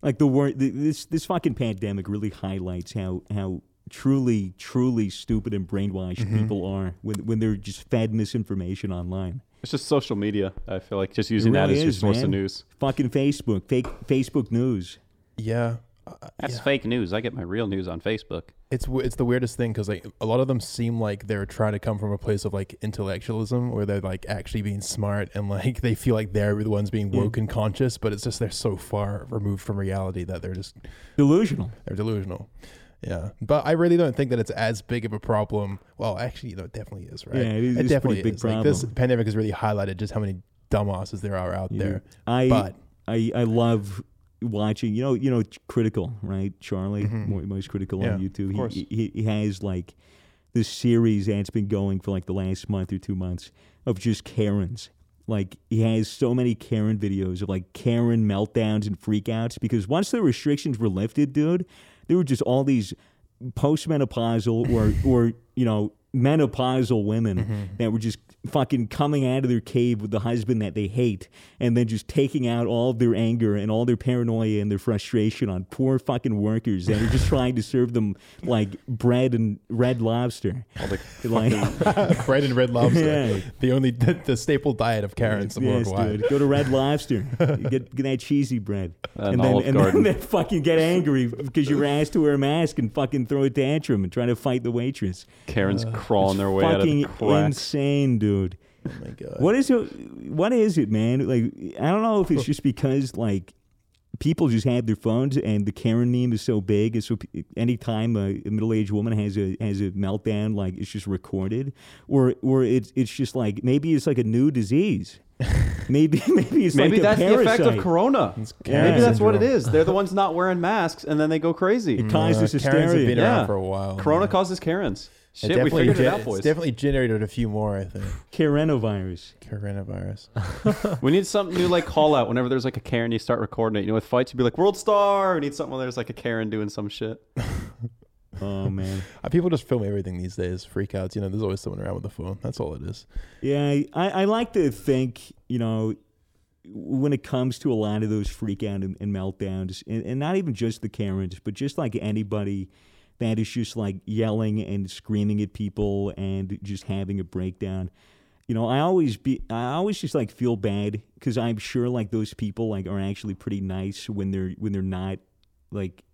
Speaker 3: like the word this this fucking pandemic really highlights how how truly truly stupid and brainwashed people are when when they're just fed misinformation online.
Speaker 2: It's just social media. I feel like just using that
Speaker 3: really
Speaker 2: as your
Speaker 3: is,
Speaker 2: source of
Speaker 3: man.
Speaker 2: news.
Speaker 3: Fucking Facebook, fake Facebook news.
Speaker 1: Yeah. Uh,
Speaker 2: That's
Speaker 1: yeah.
Speaker 2: fake news. I get my real news on Facebook.
Speaker 1: It's w- it's the weirdest thing because like a lot of them seem like they're trying to come from a place of like intellectualism where they're like actually being smart and like they feel like they're the ones being woke and conscious, but it's just they're so far removed from reality that they're just
Speaker 3: Delusional.
Speaker 1: They're delusional. Yeah, but I really don't think that it's as big of a problem. Well, actually, no, it definitely is, right?
Speaker 3: Yeah, it is- it's a
Speaker 1: definitely
Speaker 3: pretty big
Speaker 1: is. Like, this pandemic has really highlighted just how many dumbasses there are out there.
Speaker 3: Mm-hmm. I
Speaker 1: But-
Speaker 3: I I love watching. You know, you know, critical right? Charlie, Mo- most critical on
Speaker 1: Mm-hmm. Yeah, of
Speaker 3: YouTube.
Speaker 1: course.
Speaker 3: He, he he has like this series that's been going for like the last month or two months of just Karens. Like he has so many Karen videos of like Karen meltdowns and freakouts because once the restrictions were lifted, dude, there were just all these postmenopausal or or you know menopausal women that were just fucking coming out of their cave with the husband that they hate and then just taking out all of their anger and all their paranoia and their frustration on poor fucking workers that are just trying to serve them like bread and red lobster like
Speaker 1: Bread and red lobster,
Speaker 3: Yeah.
Speaker 1: the only the, the staple diet of Karens
Speaker 3: yes,
Speaker 1: worldwide.
Speaker 3: dude. Go to Red Lobster. get, get that cheesy bread.
Speaker 2: And
Speaker 3: then,
Speaker 2: Olive
Speaker 3: and
Speaker 2: Garden.
Speaker 3: then fucking get angry because you were asked to wear a mask and fucking throw a tantrum and try to fight the waitress.
Speaker 2: Karen's crawling their way out of
Speaker 3: Uh, fucking
Speaker 2: the cracks.
Speaker 3: insane, dude.
Speaker 1: Oh my god!
Speaker 3: What is it? What is it, man? Like, I don't know if it's just because like people just have their phones and the Karen meme is so big, and so p- anytime a, a middle-aged woman has a has a meltdown, like it's just recorded, or or it's it's just like maybe it's like a new disease. Maybe maybe it's
Speaker 2: Maybe
Speaker 3: like
Speaker 2: that's
Speaker 3: a
Speaker 2: the
Speaker 3: parasite.
Speaker 2: effect of Corona.
Speaker 1: Karen
Speaker 2: Maybe that's what it
Speaker 1: syndrome.
Speaker 2: is. They're the ones not wearing masks, and then they go crazy.
Speaker 3: It causes
Speaker 1: Uh, Karens have
Speaker 3: hysteria.
Speaker 1: been around
Speaker 2: Yeah.
Speaker 1: for a while.
Speaker 3: Oh,
Speaker 2: Corona
Speaker 1: man.
Speaker 2: causes Karens.
Speaker 1: It
Speaker 2: Shit, we
Speaker 1: definitely
Speaker 2: figured it
Speaker 1: gen-
Speaker 2: out,
Speaker 1: it's
Speaker 2: boys.
Speaker 1: definitely generated a few more. I think
Speaker 3: Karenovirus.
Speaker 1: coronavirus.
Speaker 2: We need something new, like call out. Whenever there's like a Karen, you start recording it. You know, with fights, you'd be like, "World Star." We need something where there's like a Karen doing some shit.
Speaker 3: Oh man.
Speaker 1: Uh, People just film everything these days. Freakouts. You know, there's always someone around with a phone. That's all it is.
Speaker 3: Yeah, I, I like to think, you know, when it comes to a lot of those freak out and, and meltdowns, and, and not even just the Karens, but just like anybody that is just like yelling and screaming at people and just having a breakdown. You know, I always be, I always just like feel bad because I'm sure like those people like are actually pretty nice when they're when they're not like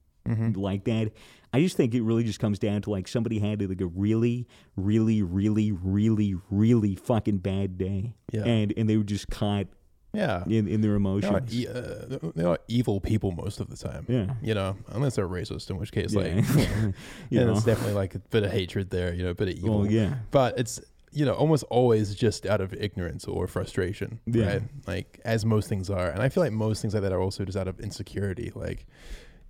Speaker 3: like that. I just think it really just comes down to like somebody had like a really, really, really, really, really fucking bad day,
Speaker 1: Yeah.
Speaker 3: and and they were just caught
Speaker 1: Yeah.
Speaker 3: in, in their
Speaker 1: They're not,
Speaker 3: emotions.
Speaker 1: e- uh, they're not evil people most of the time.
Speaker 3: Yeah.
Speaker 1: You know, unless they're racist, in which case, like,
Speaker 3: Yeah. you
Speaker 1: yeah,
Speaker 3: know.
Speaker 1: it's definitely like a bit of hatred there, you know, a bit of evil.
Speaker 3: Well, yeah.
Speaker 1: But it's, you know, almost always just out of ignorance or frustration,
Speaker 3: Yeah.
Speaker 1: right? Like, as most things are. And I feel like most things like that are also just out of insecurity. Like,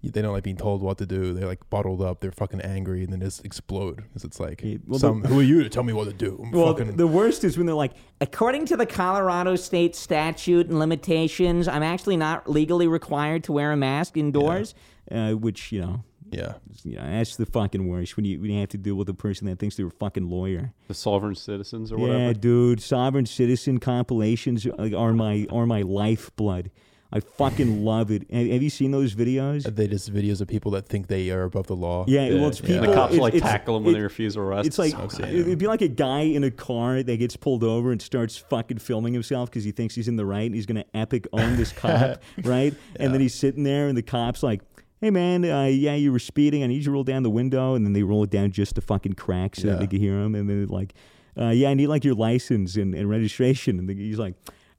Speaker 1: y- they don't like being told what to do. They're like bottled up. They're fucking angry and then just explode. 'Cause it's like,
Speaker 3: Yeah, well,
Speaker 1: some,
Speaker 3: the-
Speaker 1: who are you to tell me what to do? I'm
Speaker 3: Well,
Speaker 1: fucking-
Speaker 3: the worst is when they're like,
Speaker 6: According to the Colorado state statute and limitations, I'm actually not legally required to wear a mask indoors.
Speaker 3: uh, which you know,
Speaker 1: Yeah.
Speaker 3: You know, that's the fucking worst when you when you have to deal with a person that thinks they're a fucking lawyer.
Speaker 2: The sovereign citizens or
Speaker 3: Yeah,
Speaker 2: whatever.
Speaker 3: dude, sovereign citizen compilations are- are my are my lifeblood. I fucking love it. Have have you seen those videos?
Speaker 1: Are they just videos of people that think they are above the law?
Speaker 3: Yeah, well, it's
Speaker 2: The
Speaker 3: people.
Speaker 2: cops
Speaker 3: it's-
Speaker 2: like
Speaker 3: it's-
Speaker 2: tackle them when
Speaker 3: it-
Speaker 2: they refuse arrest.
Speaker 3: It's like
Speaker 1: sad.
Speaker 3: it'd be like a guy in a car that gets pulled over and starts fucking filming himself because he thinks he's in the right. And he's gonna epic own this cop, right? And then he's sitting there, and the cop's like, "Hey man, uh, yeah, you were speeding. I need you to roll down the window." And then they roll it down just to fucking crack so that
Speaker 1: Yeah.
Speaker 3: they can hear him. And then like, uh, "Yeah, I need like your license and, and registration." And the, he's like.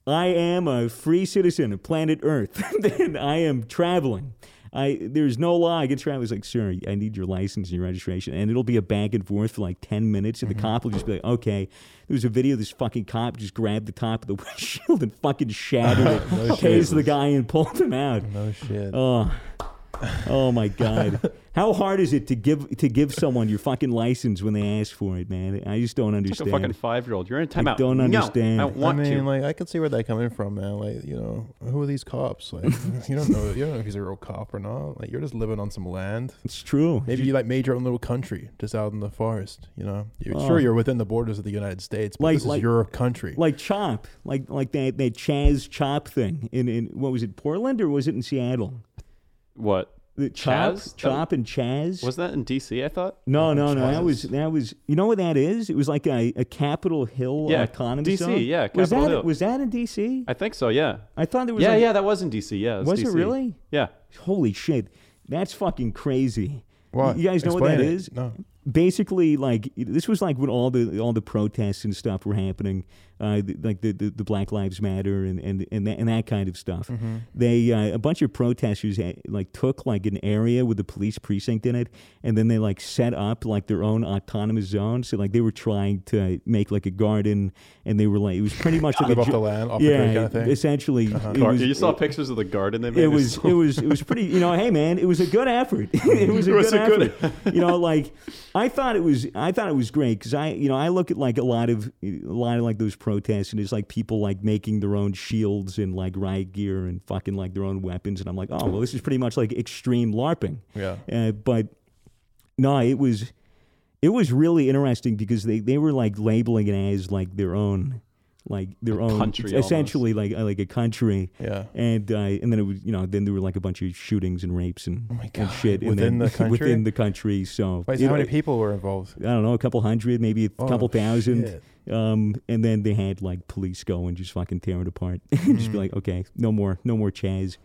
Speaker 3: I am a free citizen of planet Earth, and I am traveling. I there's no law against travel. He's like, sir, I need your license and your registration, and it'll be a back and forth for like ten minutes, and the cop will just be like, okay. There's a video. of This fucking cop just grabbed the top of the windshield and fucking shattered it, tased the guy, and pulled him out.
Speaker 1: No shit.
Speaker 3: Oh, oh my god! How hard is it to give to give someone your fucking license when they ask for it, man? I just don't
Speaker 2: It's like
Speaker 3: understand.
Speaker 2: a fucking five year old. You're in timeout.
Speaker 3: don't
Speaker 2: No,
Speaker 3: understand.
Speaker 2: I don't want
Speaker 1: I mean,
Speaker 2: to.
Speaker 1: like I could see where they're coming from, man. Like, you know, who are these cops? Like, you don't know, you don't know if he's a real cop or not. Like, you're just living on some land.
Speaker 3: it's true.
Speaker 1: Maybe you like made your own little country, just out in the forest. You know, you
Speaker 3: Oh.
Speaker 1: sure you're within the borders of the United States, but
Speaker 3: Like-
Speaker 1: this
Speaker 3: like-
Speaker 1: is your country.
Speaker 3: like Chop, like like that that Chaz Chop thing in in what was it Portland or was it in Seattle?
Speaker 2: what?
Speaker 3: The Chop,
Speaker 2: Chaz?
Speaker 3: Chop and Chaz.
Speaker 2: Was that in D.C.? I thought.
Speaker 3: no, no, no. That
Speaker 1: Chaz.
Speaker 3: was that was. You know what that is? It was like a, a Capitol Hill
Speaker 2: Yeah,
Speaker 3: economy
Speaker 2: DC,
Speaker 3: zone.
Speaker 2: yeah,
Speaker 3: was
Speaker 2: Capitol
Speaker 3: that
Speaker 2: Hill.
Speaker 3: was that in DC?
Speaker 2: I think so. Yeah.
Speaker 3: I thought there was.
Speaker 2: Yeah,
Speaker 3: like-
Speaker 2: yeah, that was in D.C. Yeah.
Speaker 3: Was it
Speaker 2: DC.
Speaker 3: really?
Speaker 2: Yeah.
Speaker 3: Holy shit, that's fucking crazy.
Speaker 1: Why?
Speaker 3: You guys know what
Speaker 1: Explain
Speaker 3: that
Speaker 1: it.
Speaker 3: is?
Speaker 1: No.
Speaker 3: basically like this was like when all the all the protests and stuff were happening uh, th- like the, the the black lives matter and and and that, and that kind of stuff
Speaker 1: Mm-hmm.
Speaker 3: they uh, a bunch of protesters had, like took like an area with the police precinct in it and then they like set up like their own autonomous zone so like they were trying to make like a garden and they were like it was pretty much like
Speaker 1: Live
Speaker 3: a
Speaker 1: off
Speaker 3: ju-
Speaker 1: the land, off the
Speaker 3: yeah
Speaker 1: grid kind of thing. Uh-huh.
Speaker 3: essentially it
Speaker 2: Gar-
Speaker 3: was,
Speaker 2: you saw pictures of the garden they made.
Speaker 3: it was it was it was pretty you know hey man it was a good effort it was a
Speaker 2: It was
Speaker 3: good
Speaker 2: a good
Speaker 3: effort you know like i thought it was i thought it was great because i you know i look at like a lot of a lot of like those protests and it's like people like making their own shields and like riot gear and fucking like their own weapons and i'm like oh well this is pretty much like extreme larping
Speaker 1: Yeah.
Speaker 3: uh, but no it was it was really interesting because they, they were like labeling it as like their own like their own
Speaker 2: country almost.
Speaker 3: essentially like like a country
Speaker 1: Yeah.
Speaker 3: and uh, and then it was you know then there were like a bunch of shootings and rapes and,
Speaker 1: Oh my
Speaker 3: and
Speaker 1: God.
Speaker 3: shit and
Speaker 1: Within
Speaker 3: then-
Speaker 1: the country?
Speaker 3: within the country so
Speaker 1: Wait, so
Speaker 3: you
Speaker 1: how
Speaker 3: know,
Speaker 1: many people were involved?
Speaker 3: I don't know a couple hundred maybe a
Speaker 1: Oh,
Speaker 3: couple thousand
Speaker 1: shit.
Speaker 3: um, and then they had like police go and just fucking tear it apart and just be
Speaker 1: Mm.
Speaker 3: like okay no more no more Chaz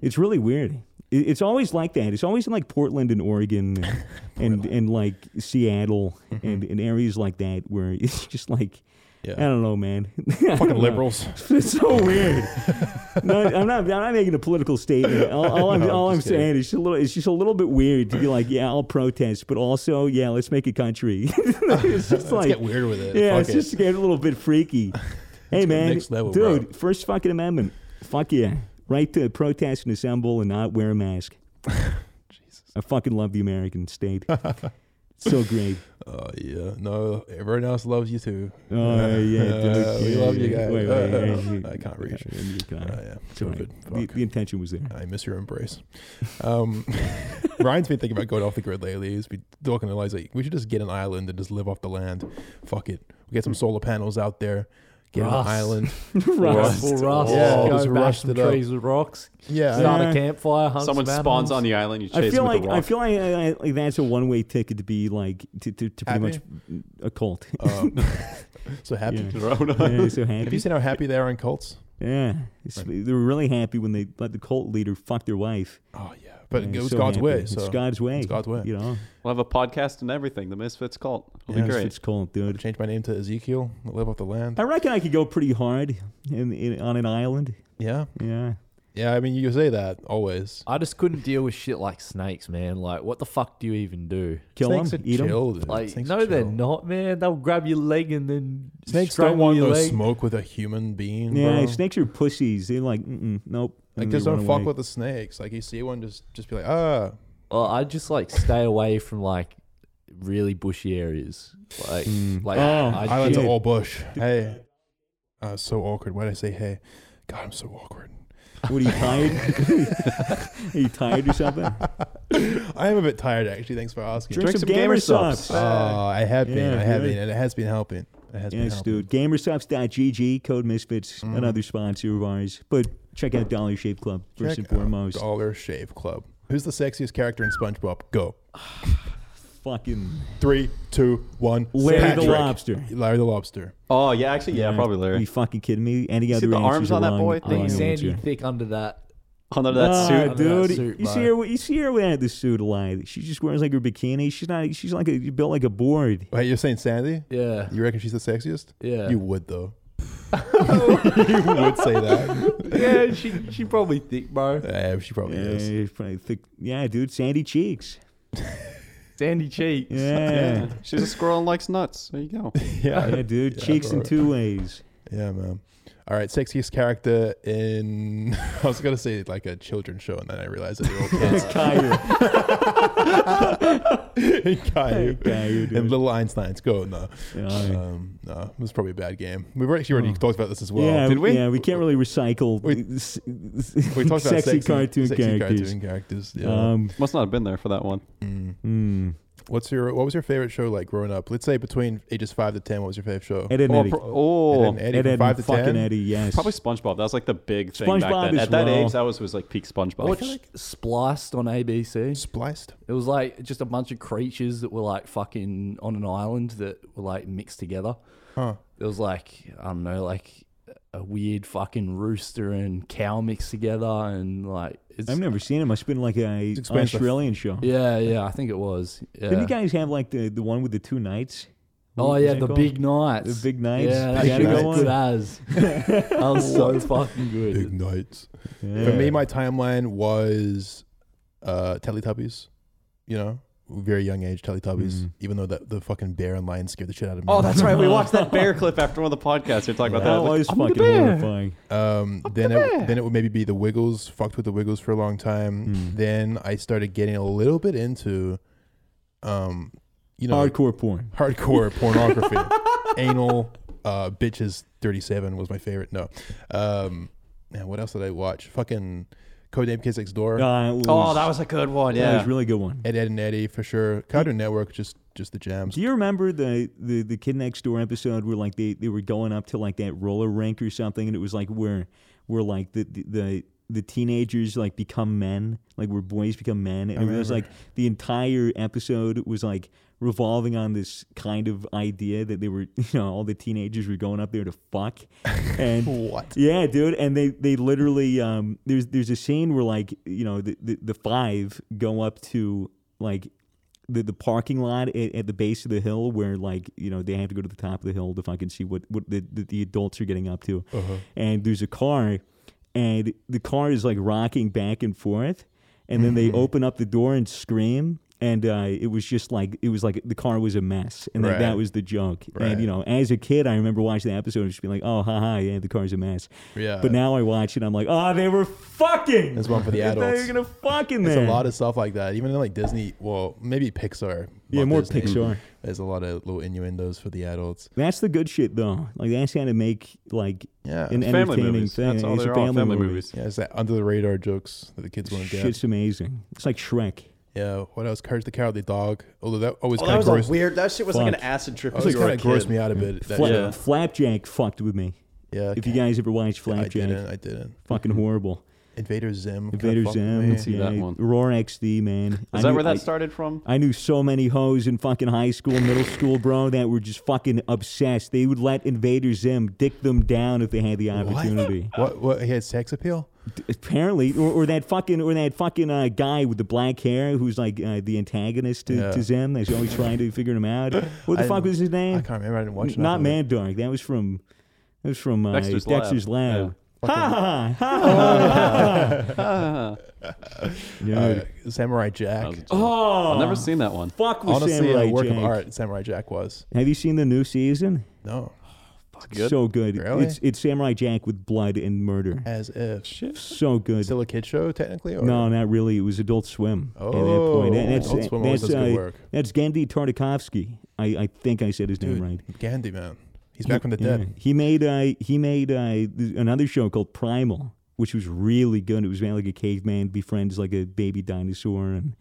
Speaker 3: it's really weird It- it's always like that it's always in like Portland and Oregon and and, and like Seattle and, and areas like that where it's just like
Speaker 1: Yeah.
Speaker 3: I don't know man fucking
Speaker 1: Fucking liberals.
Speaker 3: it's so weird. no, I'm not. I'm not making a political statement. All, all I'm,
Speaker 1: No, I'm
Speaker 3: all I'm
Speaker 1: just kidding.
Speaker 3: saying is just a little. It's just a little bit weird to be like, yeah, I'll protest, but also, yeah, let's make a country. it's just
Speaker 1: Let's
Speaker 3: like,
Speaker 1: get weird with it.
Speaker 3: yeah,
Speaker 1: Fuck
Speaker 3: it's
Speaker 1: it.
Speaker 3: just getting a little bit freaky. hey man,
Speaker 1: next level, bro.
Speaker 3: dude, first fucking amendment. Fuck yeah, right to protest and assemble and not wear a mask. I fucking love the American state. so great.
Speaker 1: Oh yeah, no. Everyone else loves you too.
Speaker 3: Oh yeah, dude.
Speaker 1: Uh, we
Speaker 3: Yeah,
Speaker 1: love you
Speaker 3: yeah.
Speaker 1: guys.
Speaker 3: Wait, wait, wait,
Speaker 1: I can't reach.
Speaker 3: Yeah, you can't.
Speaker 1: Oh, yeah,
Speaker 3: Uh, It's all right.
Speaker 1: COVID.
Speaker 3: The,
Speaker 1: Fuck.
Speaker 3: the intention was there.
Speaker 1: I miss your embrace. Um, Ryan's been thinking about going off the grid lately. He's been talking to Eliza. We should just get an island and just live off the land. Fuck it. We
Speaker 3: Hmm.
Speaker 1: get some solar panels out there. Get
Speaker 4: Ross.
Speaker 1: an island.
Speaker 3: Rust.
Speaker 4: Russell Russ.
Speaker 1: Yeah,
Speaker 4: Go
Speaker 1: just
Speaker 4: bash
Speaker 1: rushed
Speaker 4: some
Speaker 1: it up.
Speaker 4: trees with rocks.
Speaker 1: Yeah.
Speaker 4: Start
Speaker 3: Yeah.
Speaker 4: a campfire. Hunt
Speaker 2: Someone
Speaker 4: some
Speaker 2: spawns
Speaker 4: animals.
Speaker 2: on the island. You
Speaker 3: I
Speaker 2: chase
Speaker 3: feel
Speaker 2: them with
Speaker 3: like
Speaker 2: a
Speaker 3: I
Speaker 2: rock.
Speaker 3: feel like, I, I- like that's a one-way ticket to be like to to, to pretty
Speaker 1: Happy?
Speaker 3: much a cult.
Speaker 1: Um, so happy.
Speaker 3: Yeah.
Speaker 2: Rona.
Speaker 3: yeah, so
Speaker 1: Have you
Speaker 3: happy.
Speaker 1: seen how happy they are in cults?
Speaker 3: Yeah, It's- they were really happy when they let the cult leader fuck their wife.
Speaker 1: Oh yeah, but
Speaker 3: Yeah,
Speaker 1: it was
Speaker 3: so
Speaker 1: God's
Speaker 3: happy.
Speaker 1: way.
Speaker 3: It's
Speaker 1: So
Speaker 3: God's way.
Speaker 1: It's God's way.
Speaker 3: You know,
Speaker 2: We'll have a podcast and everything. The Misfits Cult. It'll
Speaker 3: Yeah,
Speaker 2: be
Speaker 3: it's-
Speaker 2: great.
Speaker 3: It's cult, dude.
Speaker 1: change my name to Ezekiel. Live off the land.
Speaker 3: I reckon I could go pretty hard in, in, on an island.
Speaker 1: Yeah,
Speaker 3: Yeah,
Speaker 1: yeah. I mean, you say that always.
Speaker 4: I just couldn't deal with shit like snakes, man. Like, what the fuck do you even do?
Speaker 3: kill
Speaker 1: Snakes
Speaker 3: them,
Speaker 1: are
Speaker 3: eat them.
Speaker 1: chill, dude.
Speaker 4: Like,
Speaker 1: Snakes are
Speaker 4: no, they're
Speaker 1: chill.
Speaker 4: not, man. They'll grab your leg and then
Speaker 1: Snakes don't
Speaker 4: strangle
Speaker 1: want
Speaker 4: your
Speaker 1: no
Speaker 4: leg.
Speaker 1: smoke with a human being.
Speaker 3: Yeah,
Speaker 1: bro.
Speaker 3: snakes are pussies. They're like, Mm-mm, nope.
Speaker 1: Like
Speaker 3: And they
Speaker 1: just
Speaker 3: run
Speaker 1: don't fuck
Speaker 3: away.
Speaker 1: with the snakes. Like you see one, just just be like, ah,
Speaker 4: Well, I just like stay away from like really bushy areas. Like,
Speaker 1: Hmm.
Speaker 4: like
Speaker 3: Oh,
Speaker 4: I
Speaker 1: islands
Speaker 4: just,
Speaker 1: are
Speaker 3: Dude.
Speaker 1: all bush. Hey, uh, so awkward. Why did I say hey? God, I'm so awkward.
Speaker 3: What are you tired? are you tired or something?
Speaker 1: I am a bit tired actually. Thanks for asking.
Speaker 3: Drink, some gamer subs.
Speaker 1: Oh,
Speaker 2: Uh,
Speaker 1: I have been.
Speaker 3: Yeah,
Speaker 1: I have
Speaker 3: really?
Speaker 1: been, and it has been helping. It has been
Speaker 3: Yes,
Speaker 1: helping.
Speaker 3: dude. Gamersops.gg, code misfits,
Speaker 1: Mm-hmm.
Speaker 3: another sponsor of ours. But check out Dollar Shave Club first and
Speaker 1: Check out
Speaker 3: foremost.
Speaker 1: Dollar Shave Club. Who's the sexiest character in SpongeBob? Go.
Speaker 3: Fucking
Speaker 1: Three, two, one.
Speaker 3: Larry the
Speaker 1: Patrick.
Speaker 3: Lobster.
Speaker 1: Larry the Lobster.
Speaker 2: Oh yeah, actually yeah, probably
Speaker 3: Are you
Speaker 2: Larry.
Speaker 3: fucking kidding me? Any other
Speaker 2: See the arms
Speaker 3: answers
Speaker 2: on
Speaker 3: are
Speaker 2: that
Speaker 3: wrong-
Speaker 2: boy?
Speaker 3: wrong
Speaker 2: Thank you,
Speaker 3: answer.
Speaker 4: Sandy thick under that.
Speaker 2: Under that
Speaker 3: Ah,
Speaker 2: suit.
Speaker 4: Under that
Speaker 3: dude.
Speaker 4: suit,
Speaker 3: you see
Speaker 4: bro.
Speaker 3: her. You see her wearing this suit a lot. She just wears like her bikini. She's not. She's like a, built like a board.
Speaker 1: Wait, you're saying Sandy?
Speaker 4: Yeah.
Speaker 1: You reckon she's the sexiest?
Speaker 4: Yeah.
Speaker 1: You would though. you would say that.
Speaker 4: yeah, she she probably thick, bro.
Speaker 1: Yeah, she
Speaker 2: Oh,
Speaker 1: probably
Speaker 3: Yeah,
Speaker 1: is.
Speaker 3: it's probably thick. yeah, dude. Sandy cheeks.
Speaker 4: Sandy cheeks.
Speaker 3: Yeah,
Speaker 2: She's a squirrel and likes nuts. There you go.
Speaker 1: Yeah.
Speaker 3: yeah, dude. cheeks in
Speaker 1: bro.
Speaker 3: two ways.
Speaker 1: Yeah, man. All right, sexiest character in. I was gonna say like a children's show, and then I realized that they're all kids. Caillou.
Speaker 3: Caillou. Caillou, dude.
Speaker 1: and Little Einstein's go no.
Speaker 3: Yeah, alright.
Speaker 1: Um, no, this is probably a bad game. We've actually already talked about this as well.
Speaker 3: Oh. yeah,
Speaker 2: did we?
Speaker 3: Yeah, we can't really recycle
Speaker 1: We-
Speaker 3: s- s-
Speaker 1: we talked about
Speaker 3: sexy, cartoon
Speaker 1: sexy
Speaker 3: characters.
Speaker 1: cartoon characters. Yeah.
Speaker 3: Um,
Speaker 2: Must not have been there for that one.
Speaker 1: Mm.
Speaker 3: hmm.
Speaker 1: What's your What was your favorite show like growing up? Let's say between ages five to ten. What was your favorite show?
Speaker 3: Ed and
Speaker 2: Oh,
Speaker 3: Eddie.
Speaker 2: pro- oh,
Speaker 1: Ed and Eddie
Speaker 3: Ed,
Speaker 1: from five
Speaker 3: Ed, and
Speaker 1: to
Speaker 3: fucking
Speaker 1: ten.
Speaker 3: Eddie. Yes.
Speaker 2: probably SpongeBob. That was like the big thing back
Speaker 3: SpongeBob
Speaker 2: then.
Speaker 3: as
Speaker 2: At that
Speaker 3: well.
Speaker 2: age, that was was like peak SpongeBob.
Speaker 4: Watch like Spliced on ABC.
Speaker 1: Spliced.
Speaker 4: It was like just a bunch of creatures that were like fucking on an island that were like mixed together.
Speaker 1: Huh.
Speaker 4: It was like I don't know, like a weird fucking rooster and cow mixed together, and like it's
Speaker 3: I've never seen him. Must have been like a
Speaker 1: expensive.
Speaker 3: Australian show.
Speaker 4: yeah, yeah. I think it was. Yeah.
Speaker 3: Didn't you guys have like the, the one with the two knights? What
Speaker 4: oh
Speaker 3: was
Speaker 4: yeah,
Speaker 3: that
Speaker 4: the
Speaker 3: called?
Speaker 4: big nights.
Speaker 3: The big nights?
Speaker 4: Yeah,
Speaker 3: Big
Speaker 4: that shit
Speaker 1: nights.
Speaker 4: was good as. that was so fucking good.
Speaker 1: Ignites.
Speaker 3: Yeah.
Speaker 1: For me, my timeline was uh, Teletubbies. You know, very young age Teletubbies.
Speaker 3: Mm.
Speaker 1: Even though that the fucking bear and lion scared the shit out of me.
Speaker 2: Oh, that's right. We watched that bear clip after one of the podcasts. You're talking about that.
Speaker 3: that
Speaker 2: I was like, "I'm
Speaker 3: was
Speaker 2: the
Speaker 3: fucking
Speaker 2: bear."
Speaker 3: horrifying.
Speaker 1: Um, then it, then it would maybe be the Wiggles. Fucked with the Wiggles for a long time.
Speaker 3: Hmm.
Speaker 1: Then I started getting a little bit into, um, you know,
Speaker 3: Hardcore porn.
Speaker 1: hardcore pornography, anal, uh, bitches. Thirty seven was my favorite. No, um, man, what else did I watch? Fucking Codename Kids Next Door.
Speaker 3: Uh, it
Speaker 2: Oh, that was a good one.
Speaker 3: that
Speaker 2: Yeah.
Speaker 3: was a really good one.
Speaker 1: Ed, Ed and Eddie for sure. Cartoon Network, just just the jams.
Speaker 3: Do you remember the, the, the Kid Next Door episode where like they, they were going up to like that roller rink or something, and it was like where where like the the, the the teenagers like become men, like where boys become men, and it was like the entire episode was like revolving on this kind of idea that they were, you know, all the teenagers were going up there to fuck, and
Speaker 1: What?
Speaker 3: Yeah, dude, and they they literally um, there's there's a scene where like you know the the, the five go up to like the, the parking lot at, at the base of the hill where like you know they have to go to the top of the hill to fucking see what what the, the, the adults are getting up to,
Speaker 1: Uh-huh.
Speaker 3: and there's a car, and the car is like rocking back and forth, and then
Speaker 1: Mm-hmm.
Speaker 3: they open up the door and scream. And uh, it was just like it was like the car was a mess, and that,
Speaker 1: Right.
Speaker 3: that was the joke.
Speaker 1: Right.
Speaker 3: And you know, as a kid, I remember watching the episode and just being like, "Oh, haha, yeah, the car's a mess."
Speaker 1: Yeah.
Speaker 3: But now I watch it, I'm like, "Oh, they were fucking."
Speaker 1: That's one for the
Speaker 3: They- They
Speaker 1: adults.
Speaker 3: were gonna fucking
Speaker 1: There's
Speaker 3: there.
Speaker 1: a lot of stuff like that. Even in like Disney, well, maybe Pixar.
Speaker 3: yeah,
Speaker 1: not
Speaker 3: more
Speaker 1: Disney.
Speaker 3: Pixar.
Speaker 1: There's a lot of little innuendos for the adults.
Speaker 3: That's the good shit though. Like that's how to make like
Speaker 1: Yeah.
Speaker 3: an
Speaker 2: family
Speaker 3: entertaining
Speaker 2: movies.
Speaker 3: thing.
Speaker 2: That's all
Speaker 3: It's
Speaker 2: they're
Speaker 3: a
Speaker 2: all
Speaker 3: family
Speaker 2: family
Speaker 3: movie.
Speaker 2: movies.
Speaker 1: yeah, it's that under the radar jokes that the kids want to get.
Speaker 3: Shit's amazing. It's like Shrek.
Speaker 1: Yeah. What else? Courage the Cowardly Dog. Although that always
Speaker 5: Oh, that
Speaker 1: kind of
Speaker 5: was
Speaker 1: grossed,
Speaker 5: a weird. That shit was like an
Speaker 3: Fuck.
Speaker 5: acid trip.
Speaker 1: always
Speaker 5: when you were a
Speaker 1: kind of grossed
Speaker 5: kid.
Speaker 1: me out a bit. That
Speaker 3: Fla-
Speaker 1: show.
Speaker 2: Yeah.
Speaker 3: Flapjack fucked with me.
Speaker 1: yeah.
Speaker 3: If you guys ever watched
Speaker 1: I
Speaker 3: Flapjack,
Speaker 1: didn't. I didn't.
Speaker 3: fucking horrible.
Speaker 1: Invader Zim. kinda
Speaker 3: Invader
Speaker 1: fucked with
Speaker 3: Zim.
Speaker 1: me.
Speaker 3: yeah,
Speaker 2: see that one.
Speaker 3: Roar XD, man. Is
Speaker 2: Is that where that started from?
Speaker 3: I knew so many hoes in fucking high school, middle school, bro, that were just fucking obsessed. They would let Invader Zim dick them down if they had the opportunity.
Speaker 1: What? What? He had sex appeal.
Speaker 3: D- Apparently, or, or that fucking, or that fucking uh, guy with the black hair who's like uh, the antagonist to,
Speaker 1: Yeah.
Speaker 3: to Zim. That's always trying to figure him out. What the
Speaker 1: I
Speaker 3: fuck
Speaker 1: didn't-
Speaker 3: was his name?
Speaker 1: I can't remember. I didn't watch.
Speaker 3: N- Not
Speaker 1: enough
Speaker 3: Man Dark. That was from that was from uh,
Speaker 2: Dexter's
Speaker 3: Dexter's,
Speaker 2: Lab.
Speaker 3: Lab.
Speaker 1: Yeah.
Speaker 3: Ha ha ha ha ha.
Speaker 1: of
Speaker 3: Dude.
Speaker 1: it. Uh, Samurai Jack.
Speaker 2: was a joke.
Speaker 3: Oh,
Speaker 2: I've never seen that one.
Speaker 3: Fuck with
Speaker 1: Honestly,
Speaker 3: Samurai
Speaker 1: a work
Speaker 3: Jack.
Speaker 1: of art. Samurai Jack was.
Speaker 3: Have you seen the new season?
Speaker 1: No.
Speaker 2: Good.
Speaker 3: So good.
Speaker 1: Really?
Speaker 3: It's it's Samurai Jack with blood and murder.
Speaker 1: As if.
Speaker 3: So good.
Speaker 1: Still a kid show, technically? Or?
Speaker 3: No, not really. It was Adult Swim. at that
Speaker 1: Oh,
Speaker 3: point. And that's,
Speaker 1: Adult Swim always
Speaker 3: that's,
Speaker 1: does good
Speaker 3: uh,
Speaker 1: work.
Speaker 3: That's Gandhi Tartakovsky. I, I think I said his
Speaker 1: Dude,
Speaker 3: name right.
Speaker 1: Gandhi, man. He's back from the
Speaker 3: Yeah.
Speaker 1: dead.
Speaker 3: He made uh, he made uh, th- another show called Primal. which was really good. It was about like a caveman befriends like a baby dinosaur, and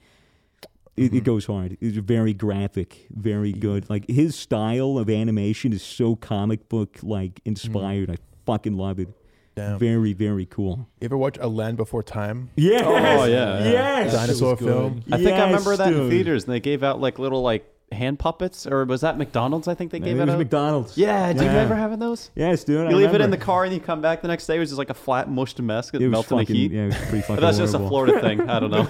Speaker 3: it,
Speaker 1: Mm-hmm.
Speaker 3: it goes hard. It's very graphic, very good. Like his style of animation is so comic book like inspired.
Speaker 1: Mm-hmm.
Speaker 3: I fucking love it.
Speaker 1: Damn.
Speaker 3: Very very cool.
Speaker 1: You ever watch A Land Before Time?
Speaker 3: Yes.
Speaker 2: Oh, yeah, yeah.
Speaker 3: Yes.
Speaker 1: Dinosaur film.
Speaker 2: I think I
Speaker 3: Yes,
Speaker 2: remember that in
Speaker 3: dude.
Speaker 2: theaters, and they gave out like little like hand puppets, or was that McDonald's? I think they
Speaker 3: I think
Speaker 2: gave
Speaker 3: it
Speaker 2: out.
Speaker 3: was
Speaker 2: a-
Speaker 3: McDonald's.
Speaker 2: Yeah, do you
Speaker 3: Yeah.
Speaker 2: remember having those?
Speaker 3: Yes, dude. I
Speaker 2: You leave it in
Speaker 3: remember.
Speaker 2: the car and you come back the next day. It was just like a flat, mushed mess that
Speaker 3: It was
Speaker 2: melted in the
Speaker 3: fucking.
Speaker 2: heat.
Speaker 3: Yeah, it was pretty fucking.
Speaker 2: That's just a
Speaker 3: horrible.
Speaker 2: Florida thing. I don't know.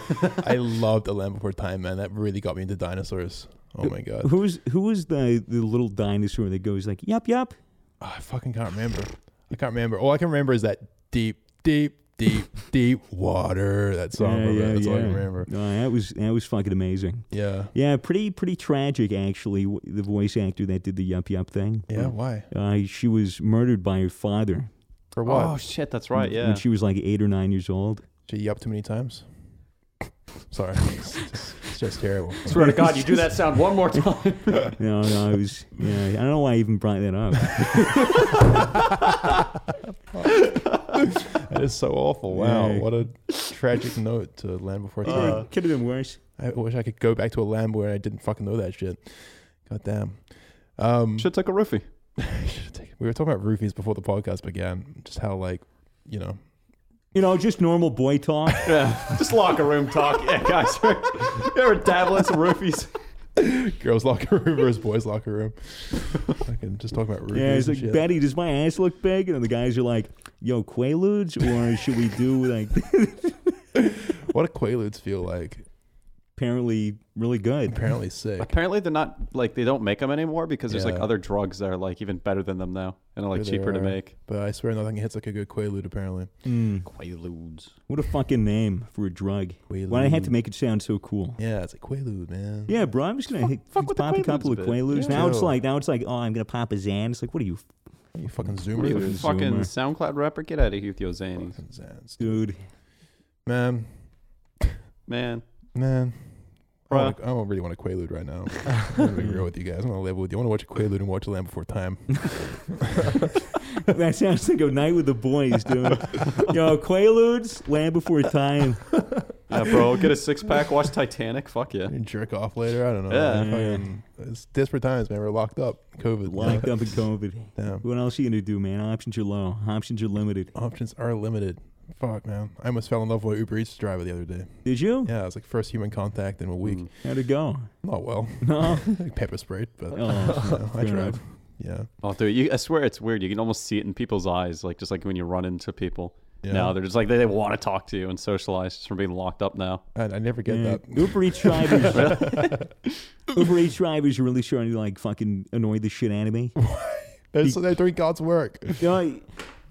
Speaker 1: I loved A Land Before Time, man. That really got me into dinosaurs. Oh my god.
Speaker 3: Who's who is the the little dinosaur that goes like yup yup?
Speaker 1: Ah, I fucking can't remember. I can't remember. All I can remember is that deep, deep, deep, deep water. That song.
Speaker 3: Yeah,
Speaker 1: bro.
Speaker 3: yeah,
Speaker 1: That's all I
Speaker 3: yeah.
Speaker 1: can remember.
Speaker 3: No, that was that was fucking amazing.
Speaker 1: Yeah.
Speaker 3: Yeah, pretty pretty tragic actually. w- The voice actor that did the yup yup thing.
Speaker 1: Yeah. Why?
Speaker 3: Uh, she was murdered by her father
Speaker 1: For what?
Speaker 2: oh shit, that's right. Yeah.
Speaker 3: when she was like eight or nine years old.
Speaker 1: Did you up too many times? Sorry. it's, just, it's just terrible.
Speaker 2: Swear to God, you do that sound one more time.
Speaker 3: No, no, I was. Yeah, I don't know why I even brought that up.
Speaker 1: that is so awful. Wow.
Speaker 3: Yeah.
Speaker 1: What a tragic note to Land Before Time.
Speaker 3: Could have been worse.
Speaker 1: I wish I could go back to a land where I didn't fucking know that shit. God damn. Um,
Speaker 2: Should take a roofie.
Speaker 1: we were talking about roofies before the podcast began. Just how, like, you know,
Speaker 3: You know, just normal boy talk.
Speaker 2: Yeah. Just locker room talk. Yeah, guys. You ever dabble in some roofies?
Speaker 1: girls' locker room versus boys' locker room. Fucking just talking about roofies.
Speaker 3: Yeah, it's
Speaker 1: and
Speaker 3: like
Speaker 1: shit.
Speaker 3: Betty, does my ass look big? And the guys are like, "Yo, Quaaludes, or should we do like?"
Speaker 1: What do quaaludes feel like?
Speaker 3: apparently, really good.
Speaker 1: Apparently sick.
Speaker 2: Apparently, they're not like they don't make them anymore because there's like
Speaker 1: Yeah.
Speaker 2: other drugs that are like even better than them now and are
Speaker 1: Sure
Speaker 2: like
Speaker 1: they
Speaker 2: cheaper to
Speaker 1: are.
Speaker 2: make.
Speaker 1: But I swear nothing hits like a good quaalude. Apparently,
Speaker 3: Hmm.
Speaker 2: Quaaludes.
Speaker 3: What a fucking name for a drug. Why do I have to make it sound so cool?
Speaker 1: yeah, it's like quaalude, man.
Speaker 3: Yeah, bro, I'm just gonna hit-
Speaker 2: fuck with the
Speaker 3: pop a
Speaker 2: Quaaludes
Speaker 3: couple
Speaker 2: a
Speaker 3: of
Speaker 2: bit.
Speaker 3: Quaaludes.
Speaker 1: Yeah.
Speaker 3: Now it's
Speaker 1: True.
Speaker 3: like now it's like, oh, I'm gonna pop a Xan. It's like, what are you, f-
Speaker 1: You fucking
Speaker 2: What are you,
Speaker 1: zoomer,
Speaker 2: a
Speaker 3: Zoomer.
Speaker 2: fucking SoundCloud rapper? Get out of here with your zanies.
Speaker 1: Fucking Zans.
Speaker 3: dude?
Speaker 1: man,
Speaker 2: Man.
Speaker 1: man. I,
Speaker 2: Bruh.
Speaker 1: wanna, I don't really want a quaalude right now. I'm gonna be real with you guys. I'm gonna level with you. I want to watch a quaalude and watch Land Before Time.
Speaker 3: that sounds like a night with the boys, dude. Yo, Quaaludes, Land Before Time.
Speaker 2: Yeah, bro. Get a six pack, watch Titanic. Fuck yeah.
Speaker 1: and jerk off later. I don't know.
Speaker 2: Yeah.
Speaker 1: Fucking- it's desperate times, man. We're locked up. COVID.
Speaker 3: Locked up in COVID.
Speaker 1: Damn.
Speaker 3: What else you gonna do, man? Options are low. Options are limited.
Speaker 1: Options are limited. Fuck, man. I almost fell in love with an Uber Eats driver the other day.
Speaker 3: Did you?
Speaker 1: Yeah, it was like first human contact in a week.
Speaker 2: Mm.
Speaker 3: How'd it go?
Speaker 1: Not well.
Speaker 3: No.
Speaker 1: Like pepper sprayed, but you
Speaker 3: Oh,
Speaker 1: know, I
Speaker 3: fair
Speaker 1: tried.
Speaker 3: enough.
Speaker 1: Yeah.
Speaker 2: Oh, dude, you, I swear it's weird. You can almost see it in people's eyes, like just like when you run into people.
Speaker 1: Yeah.
Speaker 2: Now they're just like they, they want to talk to you and socialize just from being locked up now.
Speaker 1: I, I never get
Speaker 3: Yeah,
Speaker 1: that.
Speaker 3: Uber Eats drivers. Uber Eats drivers are really starting to like fucking annoy the shit out of me.
Speaker 1: They're, so they're doing God's work.
Speaker 3: You know,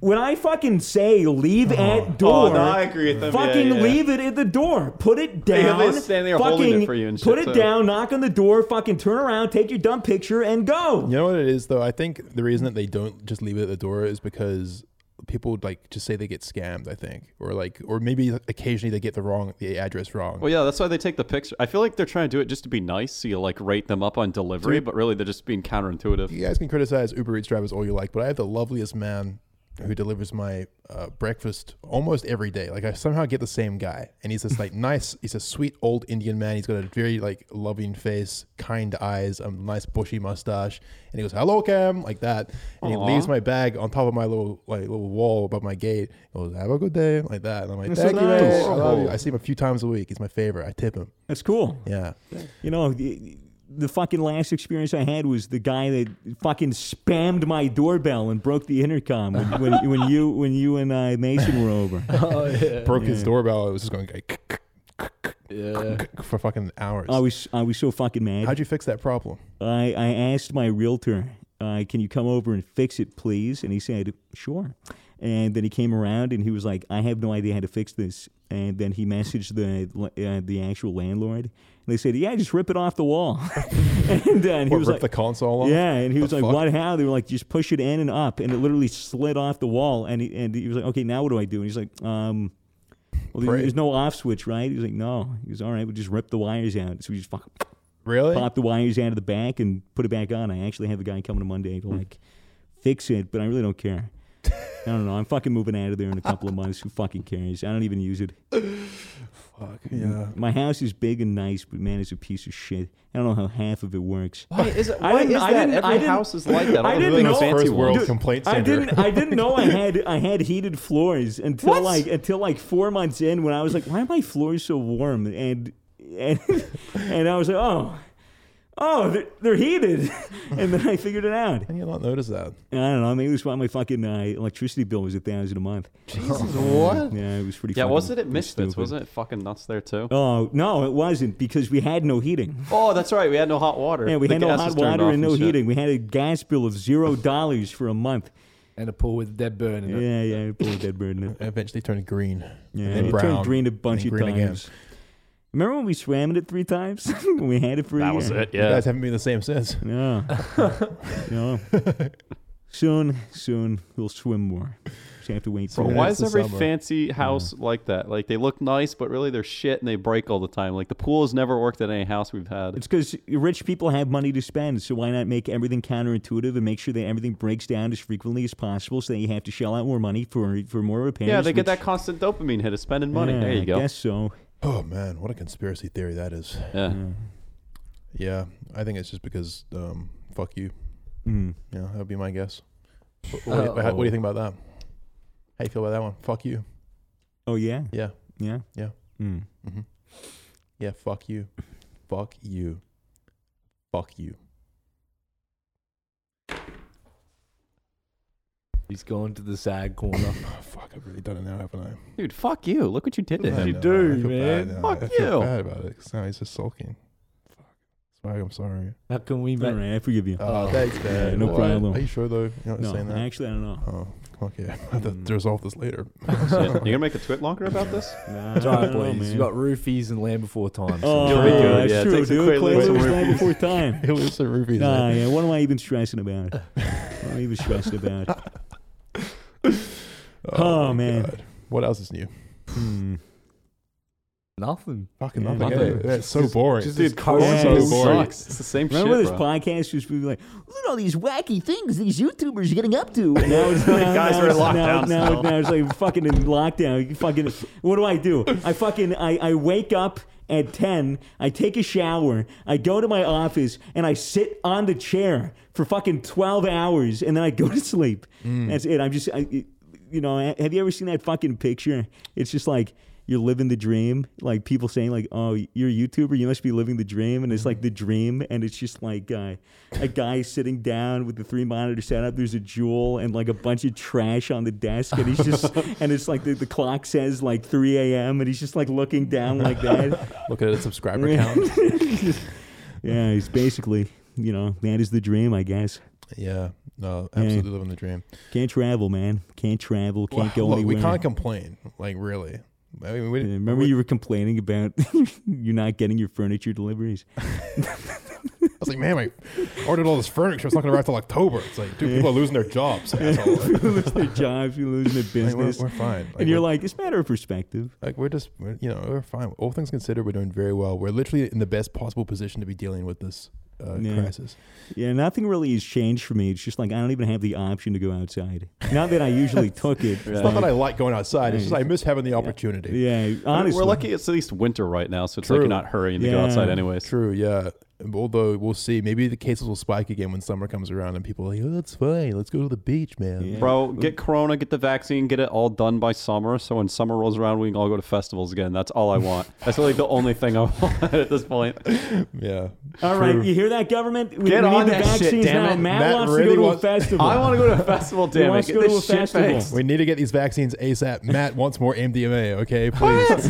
Speaker 3: when I fucking say leave
Speaker 2: Uh-huh.
Speaker 3: at door,
Speaker 2: Oh, agree with them.
Speaker 3: fucking leave it at the door. Put it down.
Speaker 2: they stand there holding it
Speaker 3: fucking
Speaker 2: for you and
Speaker 3: put
Speaker 2: shit,
Speaker 3: it
Speaker 2: so-
Speaker 3: down. Knock on the door. Fucking turn around. Take your dumb picture and go.
Speaker 1: You know what it is though? I think the reason that they don't just leave it at the door is because people would like just say they get scammed, I think. Or like or maybe occasionally they get the wrong the address wrong.
Speaker 2: Well, yeah, that's why they take the picture. I feel like they're trying to do it just to be nice, so you like rate them up on delivery, but really they're just being counterintuitive.
Speaker 1: you guys can criticize Uber Eats drivers all you like, but I have the loveliest man who delivers my uh, breakfast almost every day. Like I somehow get the same guy, and he's this like nice. He's a sweet old Indian man. He's got a very like loving face, kind eyes, a nice bushy mustache, and he goes "Hello, Cam" like that, and
Speaker 2: Aw.
Speaker 1: he leaves my bag on top of my little like little wall above my gate. He goes "Have a good day" like that, and I'm like
Speaker 3: That's so
Speaker 1: "Thank you,
Speaker 3: nice.
Speaker 1: mate. I love you."
Speaker 2: Adorable.
Speaker 1: I see him a few times a week. He's my favorite. I tip him.
Speaker 3: That's cool.
Speaker 1: Yeah.
Speaker 3: You know. The, the fucking last experience I had was the guy that fucking spammed my doorbell and broke the intercom when, when, when you when you and uh, Mason were over.
Speaker 4: Oh yeah,
Speaker 1: broke his doorbell. It was just going like,
Speaker 4: yeah.
Speaker 1: for fucking hours.
Speaker 3: I was I was so fucking mad.
Speaker 1: How'd you fix that problem?
Speaker 3: I, I asked my realtor, uh, can you come over and fix it, please? And he said, sure. And then he came around and he was like, I have no idea how to fix this. And then he messaged the uh, the actual landlord. And they said, yeah, just rip it off the wall. and then he
Speaker 1: What,
Speaker 3: was
Speaker 1: rip
Speaker 3: like,
Speaker 1: the console off?
Speaker 3: yeah, and he was like,
Speaker 1: fuck?
Speaker 3: "What? How?" They were like, "Just push it in and up," and it literally slid off the wall. And he, and he was like, "Okay, now what do I do?" And he's like, "Um, well, there-
Speaker 1: Pray.
Speaker 3: there's no off switch, right?" He's like, "No." He goes, "All right, we just rip the wires out." So we just fuck,
Speaker 1: Really?
Speaker 3: pop the wires out of the back and put it back on. I actually have a guy coming on Monday to like fix it, but I really don't care. I don't know. I'm fucking moving out of there in a couple of months. Who fucking cares? I don't even use it.
Speaker 1: Fuck yeah.
Speaker 3: My house is big and nice, but man, it's a piece of shit. I don't know how half of it works.
Speaker 2: Why is it?
Speaker 3: I
Speaker 2: Why is
Speaker 3: didn't- I
Speaker 2: that?
Speaker 3: didn't- I
Speaker 2: Every
Speaker 3: didn't-
Speaker 2: house is like that.
Speaker 3: I
Speaker 2: All
Speaker 3: didn't
Speaker 2: the
Speaker 3: know-
Speaker 2: fancy
Speaker 1: First world
Speaker 2: ones.
Speaker 1: complaint
Speaker 3: I
Speaker 1: center.
Speaker 3: didn't. I didn't know I had. I had heated floors until like until like four months in when I was like, why are my floors so warm? And and and I was like, oh, oh, they're, they're heated. And then I figured it out.
Speaker 1: And you not notice that.
Speaker 3: And I don't know. Maybe that's why my fucking uh, electricity bill was a thousand a month.
Speaker 1: what?
Speaker 3: Yeah, it was pretty.
Speaker 2: Yeah,
Speaker 3: fucking
Speaker 2: wasn't it Misfits?
Speaker 3: stupid.
Speaker 2: Wasn't it fucking nuts there too?
Speaker 3: Oh no, it wasn't because we had no heating.
Speaker 2: Oh, that's right. We had no hot water.
Speaker 3: Yeah, we
Speaker 2: The
Speaker 3: had no
Speaker 2: gas
Speaker 3: hot
Speaker 2: was turned
Speaker 3: water
Speaker 2: off
Speaker 3: and no
Speaker 2: shit.
Speaker 3: heating. We had a gas bill of zero dollars for a month.
Speaker 4: and a pool with dead burn in it.
Speaker 3: Yeah, yeah, it blew a dead bird in it.
Speaker 1: Eventually turned green.
Speaker 3: Yeah,
Speaker 1: And
Speaker 3: it
Speaker 1: brown,
Speaker 3: turned green a bunch
Speaker 1: and
Speaker 3: of
Speaker 1: green again.
Speaker 3: times. Remember when we swam in it three times? when we had it for a
Speaker 2: That
Speaker 3: year?
Speaker 2: was it.
Speaker 1: You
Speaker 2: Yeah.
Speaker 1: guys haven't been the same since.
Speaker 3: No, no. Soon, soon we'll swim more. Just have to wait.
Speaker 1: Bro,
Speaker 3: For
Speaker 2: But
Speaker 1: Yeah,
Speaker 2: why
Speaker 1: it's
Speaker 2: is
Speaker 1: the
Speaker 2: every
Speaker 1: summer.
Speaker 2: fancy house like that? Like they look nice, but really they're shit and they break all the time. Like the pool has never worked at any house we've had.
Speaker 3: It's because rich people have money to spend, so why not make everything counterintuitive and make sure that everything breaks down as frequently as possible, so that you have to shell out more money for for more repairs.
Speaker 2: yeah, they get
Speaker 3: which-
Speaker 2: that constant dopamine hit of spending money.
Speaker 3: Yeah,
Speaker 2: there you
Speaker 3: I
Speaker 2: go.
Speaker 3: guess so.
Speaker 1: Oh man, what a conspiracy theory that is.
Speaker 2: Yeah.
Speaker 1: Yeah, I think it's just because um, fuck you.
Speaker 3: Mm.
Speaker 1: Yeah, that would be my guess. What, what, do you, what do you think about that? How you feel about that one? Fuck you.
Speaker 3: Oh yeah,
Speaker 1: Yeah,
Speaker 3: yeah,
Speaker 1: Yeah.
Speaker 3: Mm.
Speaker 1: Mm-hmm. yeah. Fuck you. Fuck you. Fuck you.
Speaker 4: He's going to the sad corner.
Speaker 1: Oh, fuck, I've really done it now, haven't I?
Speaker 2: Dude, fuck you. Look what you did to
Speaker 1: I
Speaker 2: him.
Speaker 1: know,
Speaker 4: do,
Speaker 1: I feel
Speaker 4: man?
Speaker 1: bad now.
Speaker 2: Fuck
Speaker 1: I feel
Speaker 2: you.
Speaker 1: Bad about it. 'cause Now he's just sulking. Fuck. Swag, I'm sorry.
Speaker 4: How can we
Speaker 3: All
Speaker 4: make?
Speaker 3: right, I forgive you.
Speaker 1: Oh,
Speaker 4: Oh,
Speaker 1: thanks,
Speaker 3: yeah,
Speaker 1: man.
Speaker 3: no
Speaker 1: What?
Speaker 3: problem.
Speaker 1: Are you sure though? You're not
Speaker 3: no,
Speaker 1: saying that.
Speaker 3: actually, I Mm. don't know.
Speaker 1: Oh, okay. I have to resolve this later.
Speaker 2: Shit. You gonna make a twit longer about this?
Speaker 3: Nah,
Speaker 4: It's
Speaker 3: I
Speaker 4: all right,
Speaker 3: don't know,
Speaker 4: boys.
Speaker 3: man.
Speaker 4: You got roofies and land before time.
Speaker 3: Oh,
Speaker 2: You'll be good, yeah,
Speaker 3: that's
Speaker 2: it
Speaker 3: true,
Speaker 2: takes a
Speaker 3: dude.
Speaker 2: quick
Speaker 3: Clay
Speaker 2: little
Speaker 3: Lewis
Speaker 2: review.
Speaker 3: died before time.
Speaker 1: He'll lose the rupees.
Speaker 3: Nah,
Speaker 1: man.
Speaker 3: yeah. What am I even stressing about? What am I even stressing about? Oh,
Speaker 1: my
Speaker 3: man.
Speaker 1: God. What else is new?
Speaker 3: Hmm.
Speaker 4: Nothing.
Speaker 1: Fucking
Speaker 3: Yeah,
Speaker 1: nothing.
Speaker 2: nothing.
Speaker 1: eh? That's so boring.
Speaker 4: Just
Speaker 2: Dude,
Speaker 4: this
Speaker 2: Corona
Speaker 3: Yeah,
Speaker 2: so
Speaker 3: it's
Speaker 2: boring.
Speaker 1: boring.
Speaker 2: Sucks. It's the same
Speaker 3: Remember
Speaker 2: shit,
Speaker 3: this
Speaker 2: bro.
Speaker 3: podcast was like,
Speaker 6: Look at all these wacky things these YouTubers are getting up to.
Speaker 3: Now it's now,
Speaker 2: Guys
Speaker 3: now
Speaker 2: are in
Speaker 3: it's- now,
Speaker 2: lockdown
Speaker 3: now,
Speaker 2: still.
Speaker 3: now it's like fucking in lockdown. You fucking what do I do? I fucking I, I wake up at ten, I take a shower, I go to my office, and I sit on the chair for fucking twelve hours and then I go to sleep.
Speaker 2: Mm.
Speaker 3: That's it. I'm just I, it- you know, have you ever seen that fucking picture? It's just like you're living the dream. Like people saying, like, "Oh, you're a YouTuber. You must be living the dream." And it's like the
Speaker 1: Mm-hmm.
Speaker 3: dream, and it's just like uh, a guy sitting down with the three monitor setup. There's a jewel and like a bunch of trash on the desk, and he's just and it's like the, the clock says like 3 a.m. and he's just like looking down like that.
Speaker 1: Look at a subscriber
Speaker 3: Yeah.
Speaker 1: count.
Speaker 3: yeah, he's basically, you know, that is the dream, I guess.
Speaker 1: Yeah, no, absolutely living the dream.
Speaker 3: Can't travel, man. Can't travel. Can't
Speaker 1: Well,
Speaker 3: go
Speaker 1: look,
Speaker 3: anywhere.
Speaker 1: we can't complain. Like really, I mean, we
Speaker 3: Yeah,
Speaker 1: didn't.
Speaker 3: Remember, you were complaining about you not getting your furniture deliveries.
Speaker 1: I was like, man, I ordered all this furniture. It's not gonna arrive till October. It's like, dude, people are losing their jobs.
Speaker 2: Oh,
Speaker 1: asshole.
Speaker 3: you lose their jobs, you lose their
Speaker 1: Like, we're,
Speaker 3: business,
Speaker 1: we're fine.
Speaker 3: and you're
Speaker 1: we're-
Speaker 3: like, it's a matter of perspective.
Speaker 1: like we're just, we're, you know, we're fine. All things considered, we're doing very well. We're literally in the best possible position to be dealing with this uh,
Speaker 3: Yeah.
Speaker 1: crisis.
Speaker 3: Yeah, nothing really has changed for me. It's just like I don't even have the option to go outside. Not that I usually took it.
Speaker 1: It's
Speaker 3: but-
Speaker 1: not that I like going outside. It's just I miss having the opportunity.
Speaker 3: yeah,
Speaker 2: I mean,
Speaker 3: honestly,
Speaker 2: We're lucky it's at least winter right now, so it's like
Speaker 1: True.
Speaker 2: you're not hurrying to go
Speaker 3: Yeah.
Speaker 2: outside anyways.
Speaker 1: True, yeah. Although we'll see, maybe the cases will spike again when summer comes around and people are like, "Oh, that's fine. Let's go to the beach, man."
Speaker 3: Yeah.
Speaker 2: Bro, get Corona, get the vaccine, get it all done by summer. So when summer rolls around, we can all go to festivals again. That's all I want. That's like the only thing I want at this point.
Speaker 1: Yeah.
Speaker 3: All right, you hear that, government? We,
Speaker 2: Get
Speaker 3: we
Speaker 2: on
Speaker 3: need the
Speaker 2: that shit,
Speaker 3: vaccines
Speaker 2: damn
Speaker 3: now.
Speaker 2: it.
Speaker 3: Matt,
Speaker 1: Matt
Speaker 3: wants
Speaker 1: really
Speaker 3: to go to
Speaker 1: wants-
Speaker 3: a festival.
Speaker 2: I want to go to a festival, damn it.
Speaker 3: wants
Speaker 2: Get
Speaker 3: to go to
Speaker 2: this
Speaker 3: a
Speaker 2: shit
Speaker 3: festival.
Speaker 2: fixed.
Speaker 1: We need to get these vaccines ASAP. Matt wants more MDMA, okay? Please.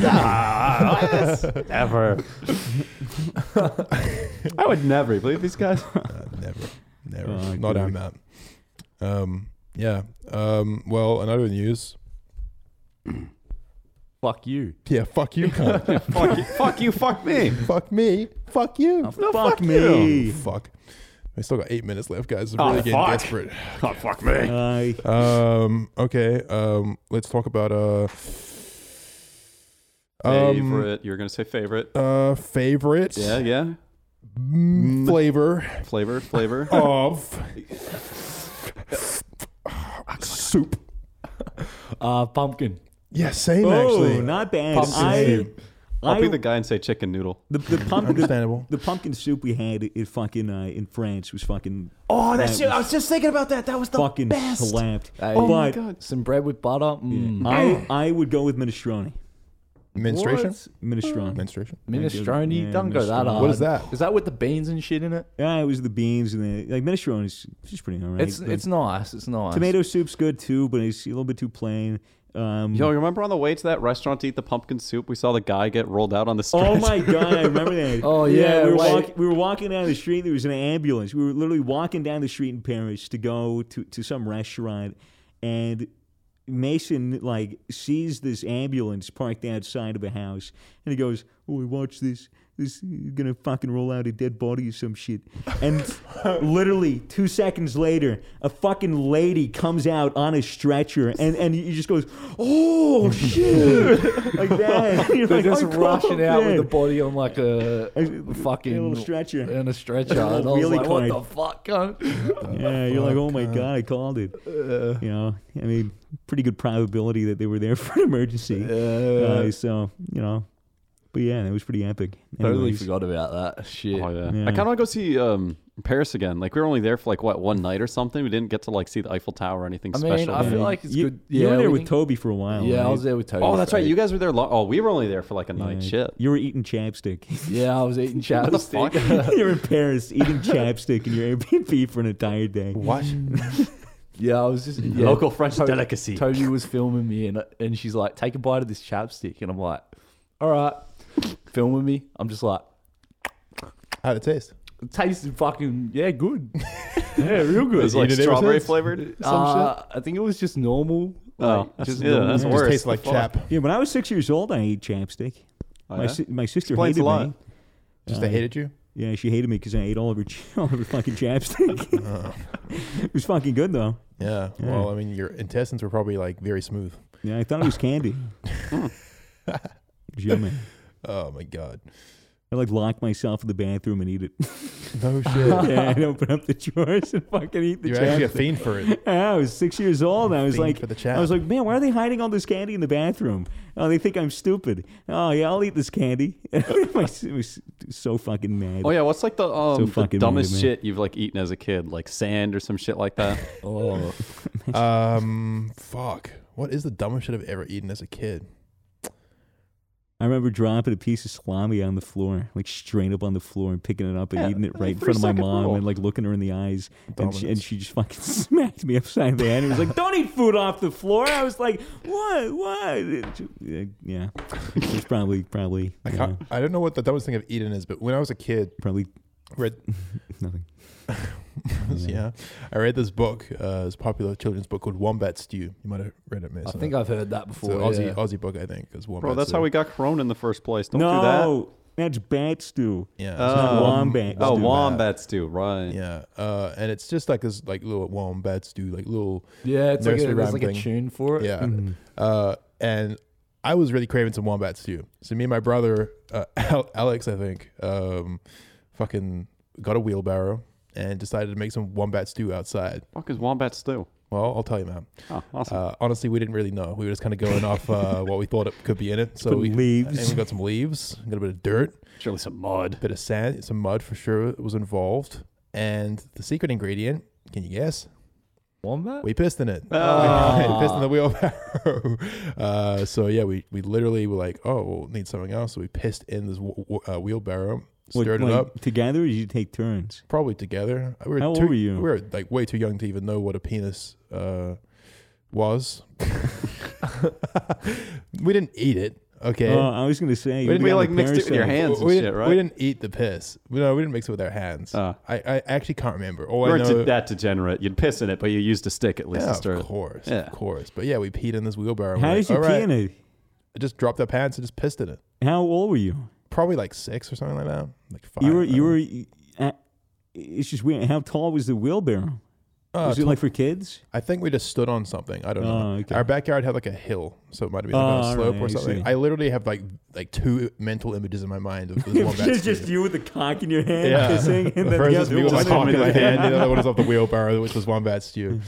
Speaker 2: Never. I would never believe these guys.
Speaker 1: Uh, never. Never.
Speaker 3: Oh,
Speaker 1: Not our
Speaker 3: good.
Speaker 1: Matt. Um, yeah. Um, well, another news.
Speaker 4: Fuck you.
Speaker 1: Yeah, fuck you, cunt.
Speaker 2: fuck you, fuck you, fuck me.
Speaker 1: fuck me. Fuck you.
Speaker 3: fuck,
Speaker 2: fuck
Speaker 3: me.
Speaker 1: Fuck. We still got eight minutes left, guys. We're
Speaker 2: Oh,
Speaker 1: really getting
Speaker 2: fuck.
Speaker 1: desperate.
Speaker 2: Oh, fuck me.
Speaker 3: Uh,
Speaker 1: Um, okay. Um, let's talk about uh, um,
Speaker 2: favorite. You're going to say favorite.
Speaker 1: uh, favorite
Speaker 2: Yeah, yeah.
Speaker 1: mm, flavor
Speaker 2: Flavor,
Speaker 3: Oh,
Speaker 2: flavor.
Speaker 1: of soup.
Speaker 4: Uh, pumpkin.
Speaker 1: Yeah, same
Speaker 3: Oh,
Speaker 1: actually.
Speaker 3: not bad.
Speaker 2: Pumpkin
Speaker 3: I,
Speaker 2: soup. I'll
Speaker 3: I,
Speaker 2: be the guy and say chicken noodle.
Speaker 3: the, the pumpkin,
Speaker 1: Understandable.
Speaker 3: the pumpkin soup we had in fucking uh, in France was fucking
Speaker 2: Oh,
Speaker 3: that's it. I was
Speaker 2: just thinking about that. That was the
Speaker 3: fucking slapped.
Speaker 4: Oh
Speaker 2: my
Speaker 3: But
Speaker 2: God.
Speaker 4: Some bread with butter. Mm.
Speaker 3: I I would go with minestrone.
Speaker 1: Menstruation.
Speaker 4: What?
Speaker 2: Mm.
Speaker 3: Minestrone.
Speaker 1: Menstruation.
Speaker 4: Minestrone.
Speaker 3: Yeah,
Speaker 4: Don't go that
Speaker 3: minestrone.
Speaker 4: hard.
Speaker 1: What is that?
Speaker 4: Is that with the beans and shit in it?
Speaker 3: Yeah, it was the beans and the like. Minestrone is just pretty alright.
Speaker 4: It's
Speaker 3: but
Speaker 4: it's nice. It's nice.
Speaker 3: tomato soup's good too, but it's a little bit too plain. Um,
Speaker 2: Yo, remember on the way to that restaurant to eat the pumpkin soup, we saw the guy get rolled out on the stretcher.
Speaker 3: Oh my god, I remember that.
Speaker 4: Oh, yeah,
Speaker 3: we were,
Speaker 4: wait.
Speaker 3: walk, we were walking down the street. There was an ambulance. We were literally walking down the street in Paris to go to, to some restaurant, and Mason like sees this ambulance parked outside of a house, and he goes, "Oh, watch this." This you're gonna fucking roll out a dead body or some shit, and literally two seconds later, a fucking lady comes out on a stretcher, and and he just goes, "Oh shit!" like that. You're
Speaker 4: They're
Speaker 3: like,
Speaker 4: just
Speaker 3: "Oh,
Speaker 4: rushing out with
Speaker 3: man."
Speaker 4: the body on like a
Speaker 3: A
Speaker 4: fucking
Speaker 3: little stretcher.
Speaker 4: and a stretcher.
Speaker 3: little
Speaker 4: and I was
Speaker 3: wheelie
Speaker 4: like,
Speaker 3: cart.
Speaker 4: what the fuck, cunt?
Speaker 3: Yeah, you're like, oh my god, I called it. you know, I mean, pretty good probability that they were there for an emergency. Uh, so you know, but yeah, it was pretty epic.
Speaker 4: totally
Speaker 3: Anyways,
Speaker 4: forgot about that shit.
Speaker 2: Oh, yeah.
Speaker 3: Yeah.
Speaker 2: I kind of want to go see um, Paris again. Like we were only there for like what one night or something. We didn't get to like see the Eiffel Tower or anything
Speaker 4: I mean,
Speaker 2: special.
Speaker 4: I feel
Speaker 3: Yeah.
Speaker 4: like it's
Speaker 3: you,
Speaker 4: good-
Speaker 3: you were
Speaker 4: yeah,
Speaker 3: there
Speaker 4: we
Speaker 3: with
Speaker 4: didn't-
Speaker 3: Toby for a while.
Speaker 4: Yeah,
Speaker 3: right?
Speaker 4: I was there with Toby.
Speaker 2: oh, that's right.
Speaker 4: so-
Speaker 2: You guys were there. Long- oh, we were only there for like a night. Shit.
Speaker 3: You were eating chapstick.
Speaker 4: Yeah, I was eating chapstick.
Speaker 3: you were in Paris eating chapstick in your Airbnb for an entire day.
Speaker 1: What?
Speaker 4: yeah, I was just yeah,
Speaker 2: Local French
Speaker 4: Toby-
Speaker 2: delicacy.
Speaker 4: Toby was filming me, and and she's like, "Take a bite of this chapstick," and I'm like, "All right." filming me, I'm just like,
Speaker 1: How'd it taste?
Speaker 4: "It "Tasted fucking yeah, good. yeah, real
Speaker 2: It
Speaker 4: good."
Speaker 2: was like
Speaker 1: did it
Speaker 2: strawberry
Speaker 1: yourselves?
Speaker 2: flavored.
Speaker 4: Uh, I think it was just normal.
Speaker 2: Oh,
Speaker 4: like,
Speaker 2: that's- yeah, that's
Speaker 1: It
Speaker 2: worse.
Speaker 1: just tastes like
Speaker 2: Fuck.
Speaker 1: chap.
Speaker 3: Yeah, when I was six years old, I ate chapstick.
Speaker 2: Oh,
Speaker 3: my
Speaker 2: yeah?
Speaker 3: si- my sister
Speaker 2: Explains a
Speaker 3: hated
Speaker 2: lot.
Speaker 3: me.
Speaker 1: Just
Speaker 3: Uh,
Speaker 1: they hated you.
Speaker 3: Yeah, she hated me because I ate all of her all of her fucking chapstick. it was fucking good though.
Speaker 1: Yeah. Well, I mean, your intestines were probably like very smooth.
Speaker 3: Yeah, I thought it was candy. It was yummy.
Speaker 1: Oh my god.
Speaker 3: I like lock myself in the bathroom and eat it.
Speaker 1: No shit.
Speaker 3: yeah, I'd open up the drawers and fucking eat the
Speaker 1: You're actually a
Speaker 3: chapstick.
Speaker 1: fiend for it.
Speaker 3: Yeah, I was six years old. And I was
Speaker 1: Fiend
Speaker 3: like,
Speaker 1: for the chap.
Speaker 3: I was like, man, why are they hiding all this candy in the bathroom? Oh, they think I'm stupid. Oh yeah, I'll eat this candy. it was so fucking mad.
Speaker 2: Oh yeah, what's like the, um, the
Speaker 3: fucking
Speaker 2: dumbest
Speaker 3: weird, man.
Speaker 2: shit you've like eaten as a kid, like sand or some shit like that?
Speaker 4: Oh,
Speaker 1: Um, fuck. What is the dumbest shit I've ever eaten as a kid?
Speaker 3: I remember dropping a piece of salami on the floor, like straight up on the floor, and picking it up and
Speaker 2: Yeah,
Speaker 3: eating it right in
Speaker 2: three
Speaker 3: front of my
Speaker 2: second
Speaker 3: mom
Speaker 2: rule.
Speaker 3: and like looking her in the eyes. And she, and
Speaker 1: Dominance.
Speaker 3: she just fucking smacked me upside the head and was like, Don't eat food off the floor. I was like, What? What? It- Yeah. It's probably, probably,
Speaker 1: I
Speaker 3: yeah,
Speaker 1: can't. I don't know what the dumbest thing I've eaten is, but when I was a kid,
Speaker 3: probably
Speaker 1: read
Speaker 3: nothing.
Speaker 1: yeah, I read this book, uh, this popular children's book called Wombat Stew. You might have read it, miss.
Speaker 4: I think I've heard
Speaker 1: it's
Speaker 4: that
Speaker 1: an
Speaker 4: before.
Speaker 1: Aussie
Speaker 4: yeah.
Speaker 1: Aussie book, I think, because Wombat.
Speaker 2: Bro, that's how we got Corona in the first place. Don't do that.
Speaker 3: no, that's bat stew.
Speaker 1: Yeah.
Speaker 2: Oh.
Speaker 1: it's not
Speaker 3: Wombat
Speaker 2: Oh,
Speaker 3: do that.
Speaker 2: wombats do right.
Speaker 1: Yeah, uh, and it's just like this, like little wombats do, like little
Speaker 4: Yeah, it's like a,
Speaker 1: nursery
Speaker 4: there's
Speaker 1: rhyme
Speaker 4: like a
Speaker 1: thing.
Speaker 4: tune for it.
Speaker 1: Yeah.
Speaker 3: Mm-hmm. Mm.
Speaker 1: Uh, and I was really craving some wombat stew. So me and my brother, uh, Al- Alex, I think, um, fucking got a wheelbarrow and decided to make some wombat stew outside.
Speaker 2: Fuck is wombats do?
Speaker 1: Well, I'll tell you, man.
Speaker 2: Oh, awesome.
Speaker 1: Uh, honestly, we didn't really know. We were just kind of going off uh, what we thought it could be in it. So
Speaker 3: Put
Speaker 1: we, and
Speaker 3: leaves.
Speaker 1: we got some leaves, got a bit of dirt,
Speaker 2: Surely some mud.
Speaker 1: bit of sand, some mud for sure was involved. And the secret ingredient, can you guess?
Speaker 4: Wombat?
Speaker 1: We pissed in it.
Speaker 4: Ah.
Speaker 1: pissed in the wheelbarrow. Uh, so yeah, we, we literally were like, oh, we'll need something else. So we pissed in this w- w- uh, wheelbarrow,
Speaker 3: Like-
Speaker 1: stirred
Speaker 3: like,
Speaker 1: it up,
Speaker 3: Together, or did you take turns?
Speaker 1: probably together. We were
Speaker 3: How old
Speaker 1: too,
Speaker 3: were you?
Speaker 1: We were like way too young to even know what a penis uh, was. we didn't eat it. Okay.
Speaker 3: Oh, I was going to say,
Speaker 1: didn't
Speaker 3: you
Speaker 1: we,
Speaker 2: like,
Speaker 3: got
Speaker 2: mixed it with your
Speaker 3: parasite.
Speaker 2: hand? hands and
Speaker 1: we,
Speaker 2: shit,
Speaker 1: didn't-
Speaker 2: right?
Speaker 1: we didn't eat the piss. We- No, we didn't mix it with our hands.
Speaker 2: Ah.
Speaker 1: I, I actually can't remember. All
Speaker 2: We
Speaker 1: I
Speaker 2: weren't
Speaker 1: know
Speaker 2: that degenerate. You'd piss in it, but you used a stick at least
Speaker 1: yeah,
Speaker 2: to stir
Speaker 1: of
Speaker 2: it.
Speaker 1: course,
Speaker 2: Yeah.
Speaker 1: of course. But yeah, we peed in this wheelbarrow.
Speaker 3: How
Speaker 1: We're like,
Speaker 3: did you
Speaker 1: "All
Speaker 3: pee
Speaker 1: right."
Speaker 3: in it?
Speaker 1: I just dropped their pants and just pissed in it.
Speaker 3: How old were you?
Speaker 1: Probably like six or something like that. Like five.
Speaker 3: You were,
Speaker 1: I
Speaker 3: you
Speaker 1: don't know.
Speaker 3: were. Uh, it's just weird. How tall was the wheelbarrow?
Speaker 1: Uh,
Speaker 3: was it like for kids?
Speaker 1: I think we just stood on something. I don't
Speaker 3: Oh,
Speaker 1: know.
Speaker 3: okay.
Speaker 1: Our backyard had like a hill, so it might have been
Speaker 3: Oh,
Speaker 1: like on a
Speaker 3: all
Speaker 1: slope
Speaker 3: right,
Speaker 1: or
Speaker 3: I
Speaker 1: something.
Speaker 3: see.
Speaker 1: I literally have like like two mental images in my mind of this one.
Speaker 3: it's just you with the cock in your hand
Speaker 1: Yeah.
Speaker 3: kissing, and
Speaker 1: The
Speaker 3: then
Speaker 1: first
Speaker 3: the
Speaker 1: was
Speaker 3: other
Speaker 1: me with my
Speaker 3: one.
Speaker 1: cock in my hand. The other one was off the wheelbarrow, which was wombat stew.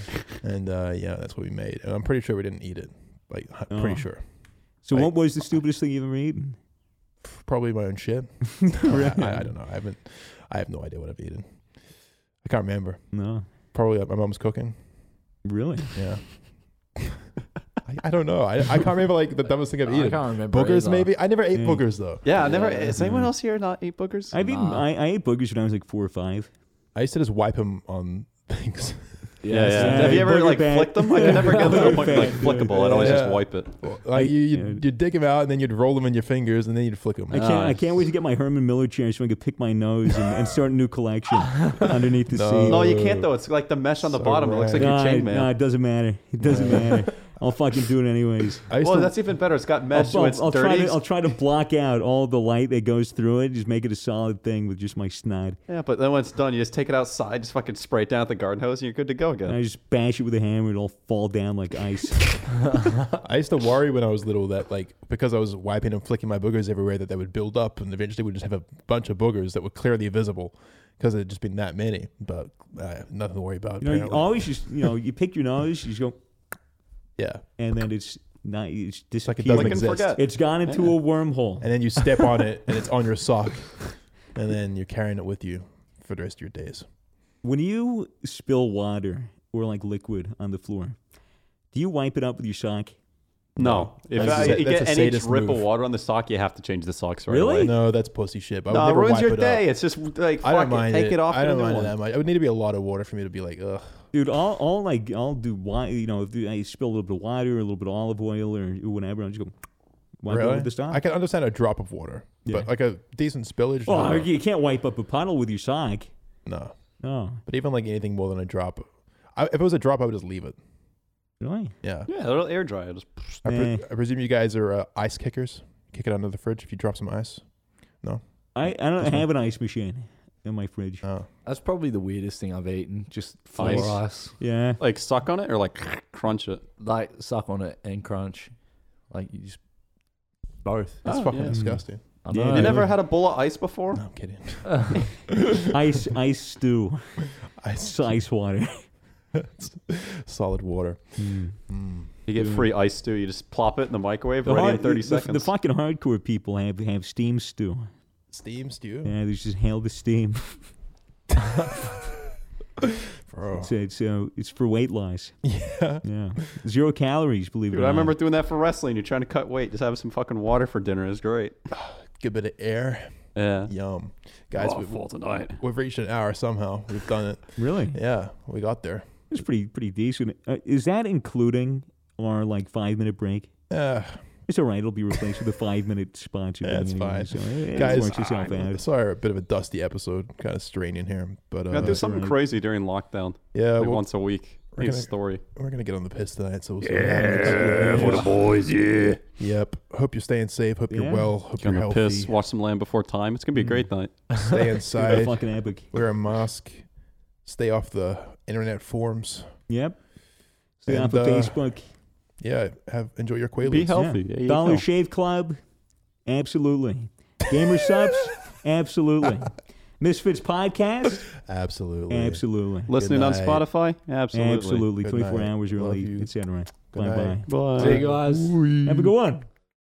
Speaker 1: And uh, yeah, that's what we made. And I'm pretty sure we didn't eat it. Like, I'm pretty
Speaker 3: Oh.
Speaker 1: sure.
Speaker 3: So,
Speaker 1: I-
Speaker 3: what was the stupidest thing you've ever eaten?
Speaker 1: Probably my own shit. I, I don't know. I haven't. I have no idea what I've eaten. I can't remember.
Speaker 3: No,
Speaker 1: Probably at my mom's cooking.
Speaker 3: really.
Speaker 1: Yeah. I, I don't know. I, I can't remember like the dumbest thing I've
Speaker 4: I
Speaker 1: eaten.
Speaker 4: can't remember.
Speaker 1: Boogers,
Speaker 4: either.
Speaker 1: maybe. I never ate
Speaker 3: Yeah.
Speaker 1: boogers though.
Speaker 2: Yeah, I never.
Speaker 4: Yeah.
Speaker 2: Is anyone else here not eat boogers?
Speaker 3: I've eaten.
Speaker 4: Nah.
Speaker 3: I, I ate boogers when I was like four or five.
Speaker 1: I used to just wipe them on things.
Speaker 2: Yeah, yeah.
Speaker 3: yeah.
Speaker 2: Have you ever
Speaker 3: Booger
Speaker 2: like
Speaker 3: bag.
Speaker 2: flicked them? I could never get to the point of like
Speaker 3: Yeah.
Speaker 2: flickable. I'd always
Speaker 1: Yeah.
Speaker 2: just wipe it.
Speaker 1: Like you, you'd,
Speaker 3: Yeah.
Speaker 1: you'd dig them out and then you'd roll them in your fingers and then you'd flick them.
Speaker 3: I can't. I can't wait to get my Herman Miller chair so I can pick my nose and, and start a new collection underneath the
Speaker 1: No. Oh,
Speaker 3: seat.
Speaker 2: No, you can't though. It's like the mesh on the
Speaker 1: So
Speaker 2: bottom. It looks like
Speaker 1: rad.
Speaker 2: your
Speaker 3: Nah,
Speaker 2: chain
Speaker 3: nah,
Speaker 2: mail.
Speaker 3: it doesn't matter. It doesn't matter. I'll fucking do it anyways.
Speaker 1: I used
Speaker 2: Well,
Speaker 1: to,
Speaker 2: that's even better. It's got mesh,
Speaker 3: I'll,
Speaker 2: so it's
Speaker 3: I'll try
Speaker 2: dirty.
Speaker 3: to, I'll try to block out all the light that goes through it. Just make it a solid thing with just my snide.
Speaker 2: yeah, but then when it's done, you just take it outside, just fucking spray it down at the garden hose, and you're good to go
Speaker 3: And
Speaker 2: again.
Speaker 3: I just bash it with a hammer. It'll all fall down like ice.
Speaker 1: I used to worry when I was little that like because I was wiping and flicking my boogers everywhere that they would build up and eventually would just have a bunch of boogers that were clearly visible because there'd just been that many. But uh, nothing to worry about.
Speaker 3: You know, you
Speaker 1: apparently.
Speaker 3: always just you know you pick your nose. You just go,
Speaker 1: yeah,
Speaker 3: and then it's not. It's
Speaker 1: like it
Speaker 3: disappeared.
Speaker 1: doesn't
Speaker 2: Lick and
Speaker 1: exist.
Speaker 2: forget.
Speaker 3: it's gone into a wormhole.
Speaker 1: And then you step on it and it's on your sock, and then you're carrying it with you for the rest of your days.
Speaker 3: When you spill water or like liquid on the floor, do you wipe it up with your sock?
Speaker 2: No, if
Speaker 1: That's
Speaker 2: uh,
Speaker 1: a-
Speaker 2: you
Speaker 1: that's
Speaker 2: get
Speaker 1: a
Speaker 2: any
Speaker 1: sadist
Speaker 2: drip
Speaker 1: move.
Speaker 2: of water on the sock, you have to change the socks right
Speaker 3: Really?
Speaker 2: away.
Speaker 1: No, that's pussy shit. I would
Speaker 2: No, it
Speaker 1: never
Speaker 2: ruins
Speaker 1: wipe
Speaker 2: your
Speaker 1: it
Speaker 2: day.
Speaker 1: Up.
Speaker 2: It's just like
Speaker 1: I
Speaker 2: fuck
Speaker 1: don't
Speaker 2: it,
Speaker 1: mind
Speaker 2: take
Speaker 1: it.
Speaker 2: it, off.
Speaker 1: I
Speaker 2: get a
Speaker 1: don't
Speaker 2: new
Speaker 1: mind it
Speaker 2: one.
Speaker 1: that much. It would need to be a lot of water for me to be like, ugh.
Speaker 3: Dude, I'll, I'll like I'll do why you know if I spill a little bit of water, a little bit of olive oil or whatever, I'll just go wipe it up
Speaker 1: Really?
Speaker 3: with the sock.
Speaker 1: I can understand a drop of water,
Speaker 3: Yeah.
Speaker 1: but like a decent spillage.
Speaker 3: Oh,
Speaker 1: no.
Speaker 3: you can't wipe up a puddle with your sock.
Speaker 1: no.
Speaker 3: Oh,
Speaker 1: But even like anything more than a drop, I, if it was a drop, I would just leave it.
Speaker 3: really?
Speaker 1: Yeah.
Speaker 2: Yeah, it'll air dry. It'll just
Speaker 1: I, pre-
Speaker 3: Nah.
Speaker 1: I presume you guys are uh, ice kickers. Kick it under the fridge if you drop some ice.
Speaker 3: I, I don't
Speaker 1: That's
Speaker 3: have an ice machine in my fridge.
Speaker 1: Oh.
Speaker 4: That's probably the weirdest thing I've eaten. Just floor
Speaker 2: Ice.
Speaker 4: ice.
Speaker 3: Yeah,
Speaker 2: like suck on it or like crunch it.
Speaker 4: Like suck on it and crunch. Like you just both.
Speaker 1: That's
Speaker 2: Oh,
Speaker 1: fucking
Speaker 2: yeah.
Speaker 1: disgusting.
Speaker 4: I
Speaker 3: Yeah,
Speaker 4: know.
Speaker 2: You
Speaker 3: Oh,
Speaker 2: never
Speaker 3: yeah.
Speaker 2: had a bowl of ice before?
Speaker 1: No, I'm kidding.
Speaker 3: ice ice stew,
Speaker 1: Ice,
Speaker 3: it's ice water.
Speaker 1: solid water. Mm.
Speaker 2: You get
Speaker 3: Yeah.
Speaker 2: free ice stew. You just plop it in the microwave ready in 30
Speaker 3: the, the-
Speaker 2: seconds.
Speaker 3: The fucking hardcore people have have steam stew.
Speaker 1: Steam stew.
Speaker 3: Yeah, they just hail the steam.
Speaker 1: Bro.
Speaker 3: So it's uh, it's for weight loss.
Speaker 1: Yeah.
Speaker 3: Yeah, zero calories. Believe
Speaker 2: Dude,
Speaker 3: it. or
Speaker 2: I
Speaker 3: not.
Speaker 2: remember doing that for wrestling. You're trying to cut weight. Just have some fucking water for dinner. It's great.
Speaker 1: Good bit of air.
Speaker 2: Yeah.
Speaker 1: Yum. Guys, Uh,
Speaker 2: Oh,
Speaker 1: we,
Speaker 2: full tonight.
Speaker 1: we've reached an hour somehow. We've done it.
Speaker 3: Really,
Speaker 1: Yeah, we got there.
Speaker 3: it's pretty pretty decent. Uh, is that including our like five minute break?
Speaker 1: Yeah.
Speaker 3: It's all right. It'll be replaced with a five minute sponsor.
Speaker 1: That's
Speaker 3: thing anyway,
Speaker 1: fine.
Speaker 3: So eh, it, it
Speaker 1: Guys,
Speaker 3: works itself out.
Speaker 1: Sorry, a bit of a dusty episode, kind of straining here, but
Speaker 2: Yeah,
Speaker 1: uh,
Speaker 2: there's something
Speaker 3: right.
Speaker 2: crazy during lockdown.
Speaker 1: yeah,
Speaker 2: like
Speaker 1: Uh, we'll-
Speaker 2: once a week.
Speaker 1: we're
Speaker 2: Need a
Speaker 1: gonna-
Speaker 2: story.
Speaker 1: we're gonna get on the piss tonight, so we'll see. what happens.
Speaker 5: for the boys, yeah.
Speaker 1: Yep. Hope you're staying safe. Hope
Speaker 3: Yeah.
Speaker 1: you're well. Hope
Speaker 2: Get
Speaker 1: you're
Speaker 2: on the
Speaker 1: healthy. Mm.
Speaker 2: piss. Watch some Land Before Time. It's gonna be a great night.
Speaker 1: Stay
Speaker 3: It'll be
Speaker 1: inside.
Speaker 3: fucking epic.
Speaker 1: Wear a mask. Stay off the internet forums.
Speaker 3: Yep. Stay
Speaker 1: And,
Speaker 3: off of
Speaker 1: uh,
Speaker 3: Facebook.
Speaker 1: Yeah. Have enjoy your
Speaker 2: Be
Speaker 1: quaaludes.
Speaker 2: healthy.
Speaker 3: Yeah.
Speaker 2: There you
Speaker 3: Dollar
Speaker 2: go.
Speaker 3: Shave Club, absolutely. Gamer subs, absolutely. Misfits podcast,
Speaker 1: Absolutely.
Speaker 3: absolutely.
Speaker 2: Listening on
Speaker 1: night.
Speaker 2: Spotify. Absolutely.
Speaker 3: Absolutely.
Speaker 1: Good
Speaker 3: 24
Speaker 1: night.
Speaker 3: hours
Speaker 1: Love
Speaker 3: early,
Speaker 1: you.
Speaker 3: etc.
Speaker 1: Good
Speaker 3: Bye
Speaker 1: night.
Speaker 3: bye.
Speaker 2: Bye.
Speaker 4: See you guys.
Speaker 3: Have a good one.